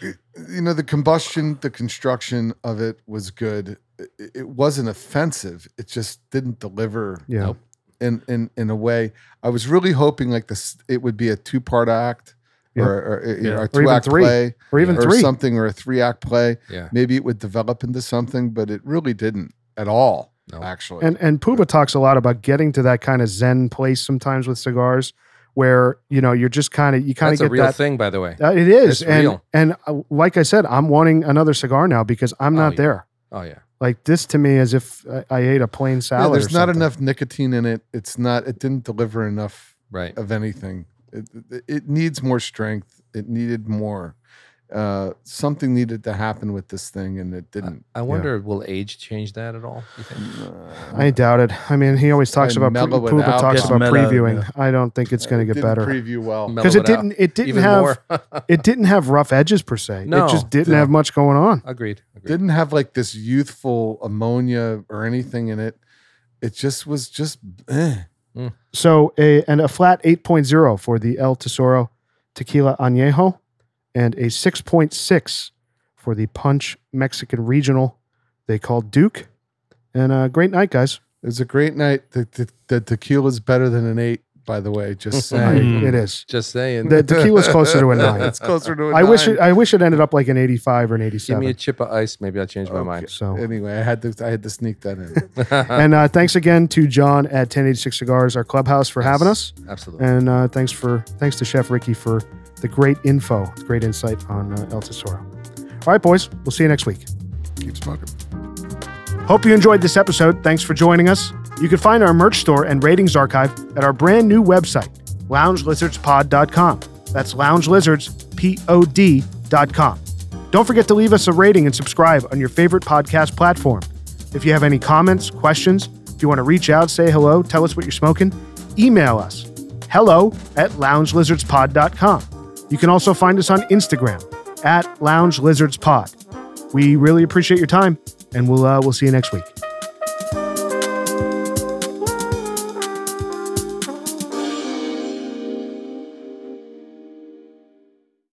C: You know, the combustion, the construction of it was good. It, it wasn't offensive. It just didn't deliver
A: Yeah,
B: Nope.
C: in in in a way. I was really hoping like this, it would be a two part act
A: Yeah.
C: or, or, or
D: Yeah.
C: a
A: Or even
C: two act
A: three.
C: play
A: or even
C: or
A: three.
C: something or a three act play.
B: Yeah.
C: Maybe it would develop into something, but it really didn't at all.
B: No.
C: Actually,
A: And and Puba talks a lot about getting to that kind of zen place sometimes with cigars, where you know you're just kind of you kind of
B: That's
A: get
B: a real
A: that.
B: thing, by the way.
A: Uh, it is,
B: It's
A: and
B: real.
A: and uh, like I said, I'm wanting another cigar now because I'm
B: Oh,
A: not
B: yeah.
A: there.
B: Oh yeah.
A: Like this to me is if I, I ate a plain
C: Yeah,
A: salad.
C: there's
A: or
C: not
A: something.
C: enough nicotine in it. It's not. It didn't deliver enough
B: Right.
C: of anything. It, it- it needs more strength. It needed more. Uh, something needed to happen with this thing, and it
B: I,
C: didn't.
B: I wonder will age change that at all? You think?
A: I doubt it. I mean, he always talks
C: I
A: about pre-
C: mellow it
A: Puba
C: out.
A: talks
D: Just
A: about
D: mellow,
A: previewing.
D: yeah.
A: I don't think it's going
C: Uh,
A: to
C: It
A: get
C: didn't
A: better
C: Preview well.
B: Mellow
A: because it
B: it out
A: didn't. It didn't
B: Even
A: have.
B: more.
A: It didn't have rough edges per se.
B: No,
A: it just didn't
B: no.
A: have much going on.
B: Agreed. Agreed.
C: Didn't have like this youthful ammonia or anything in it. It just was just. eh.
A: So a and a flat 8.0 for the El Tesoro Tequila Añejo, and a 6.6 for the Punch Mexican Regional. They called Duke, and a great night, guys.
C: It was a great night. The, the, the tequila is better than an eight, by the way. Just saying.
D: Mm.
A: It is.
B: Just saying.
A: The tequila's closer to a nine.
C: it's closer to a
A: I
C: nine.
A: wish it. I wish it ended up like an 85 or an
B: Give me
A: 87.
B: a chip of ice. Maybe I'll change my
C: Okay.
B: mind.
A: So
C: Anyway, I had to. I had to sneak that in.
A: and uh, thanks again to John at 1086 Cigars, our clubhouse, for having us.
B: Absolutely.
A: And uh, thanks for thanks to Chef Ricky for the great info, great insight on uh, El Tesoro. All right, boys, we'll see you next week.
C: Keep smoking.
A: Hope you enjoyed this episode. Thanks for joining us. You can find our merch store and ratings archive at our brand new website, loungelizardspod.com. That's loungelizardspod.com. Don't forget to leave us a rating and subscribe on your favorite podcast platform. If you have any comments, questions, if you want to reach out, say hello, tell us what you're smoking, email us hello at loungelizardspod.com. You can also find us on Instagram at loungelizardspod. We really appreciate your time, and we'll, uh, we'll see you next week.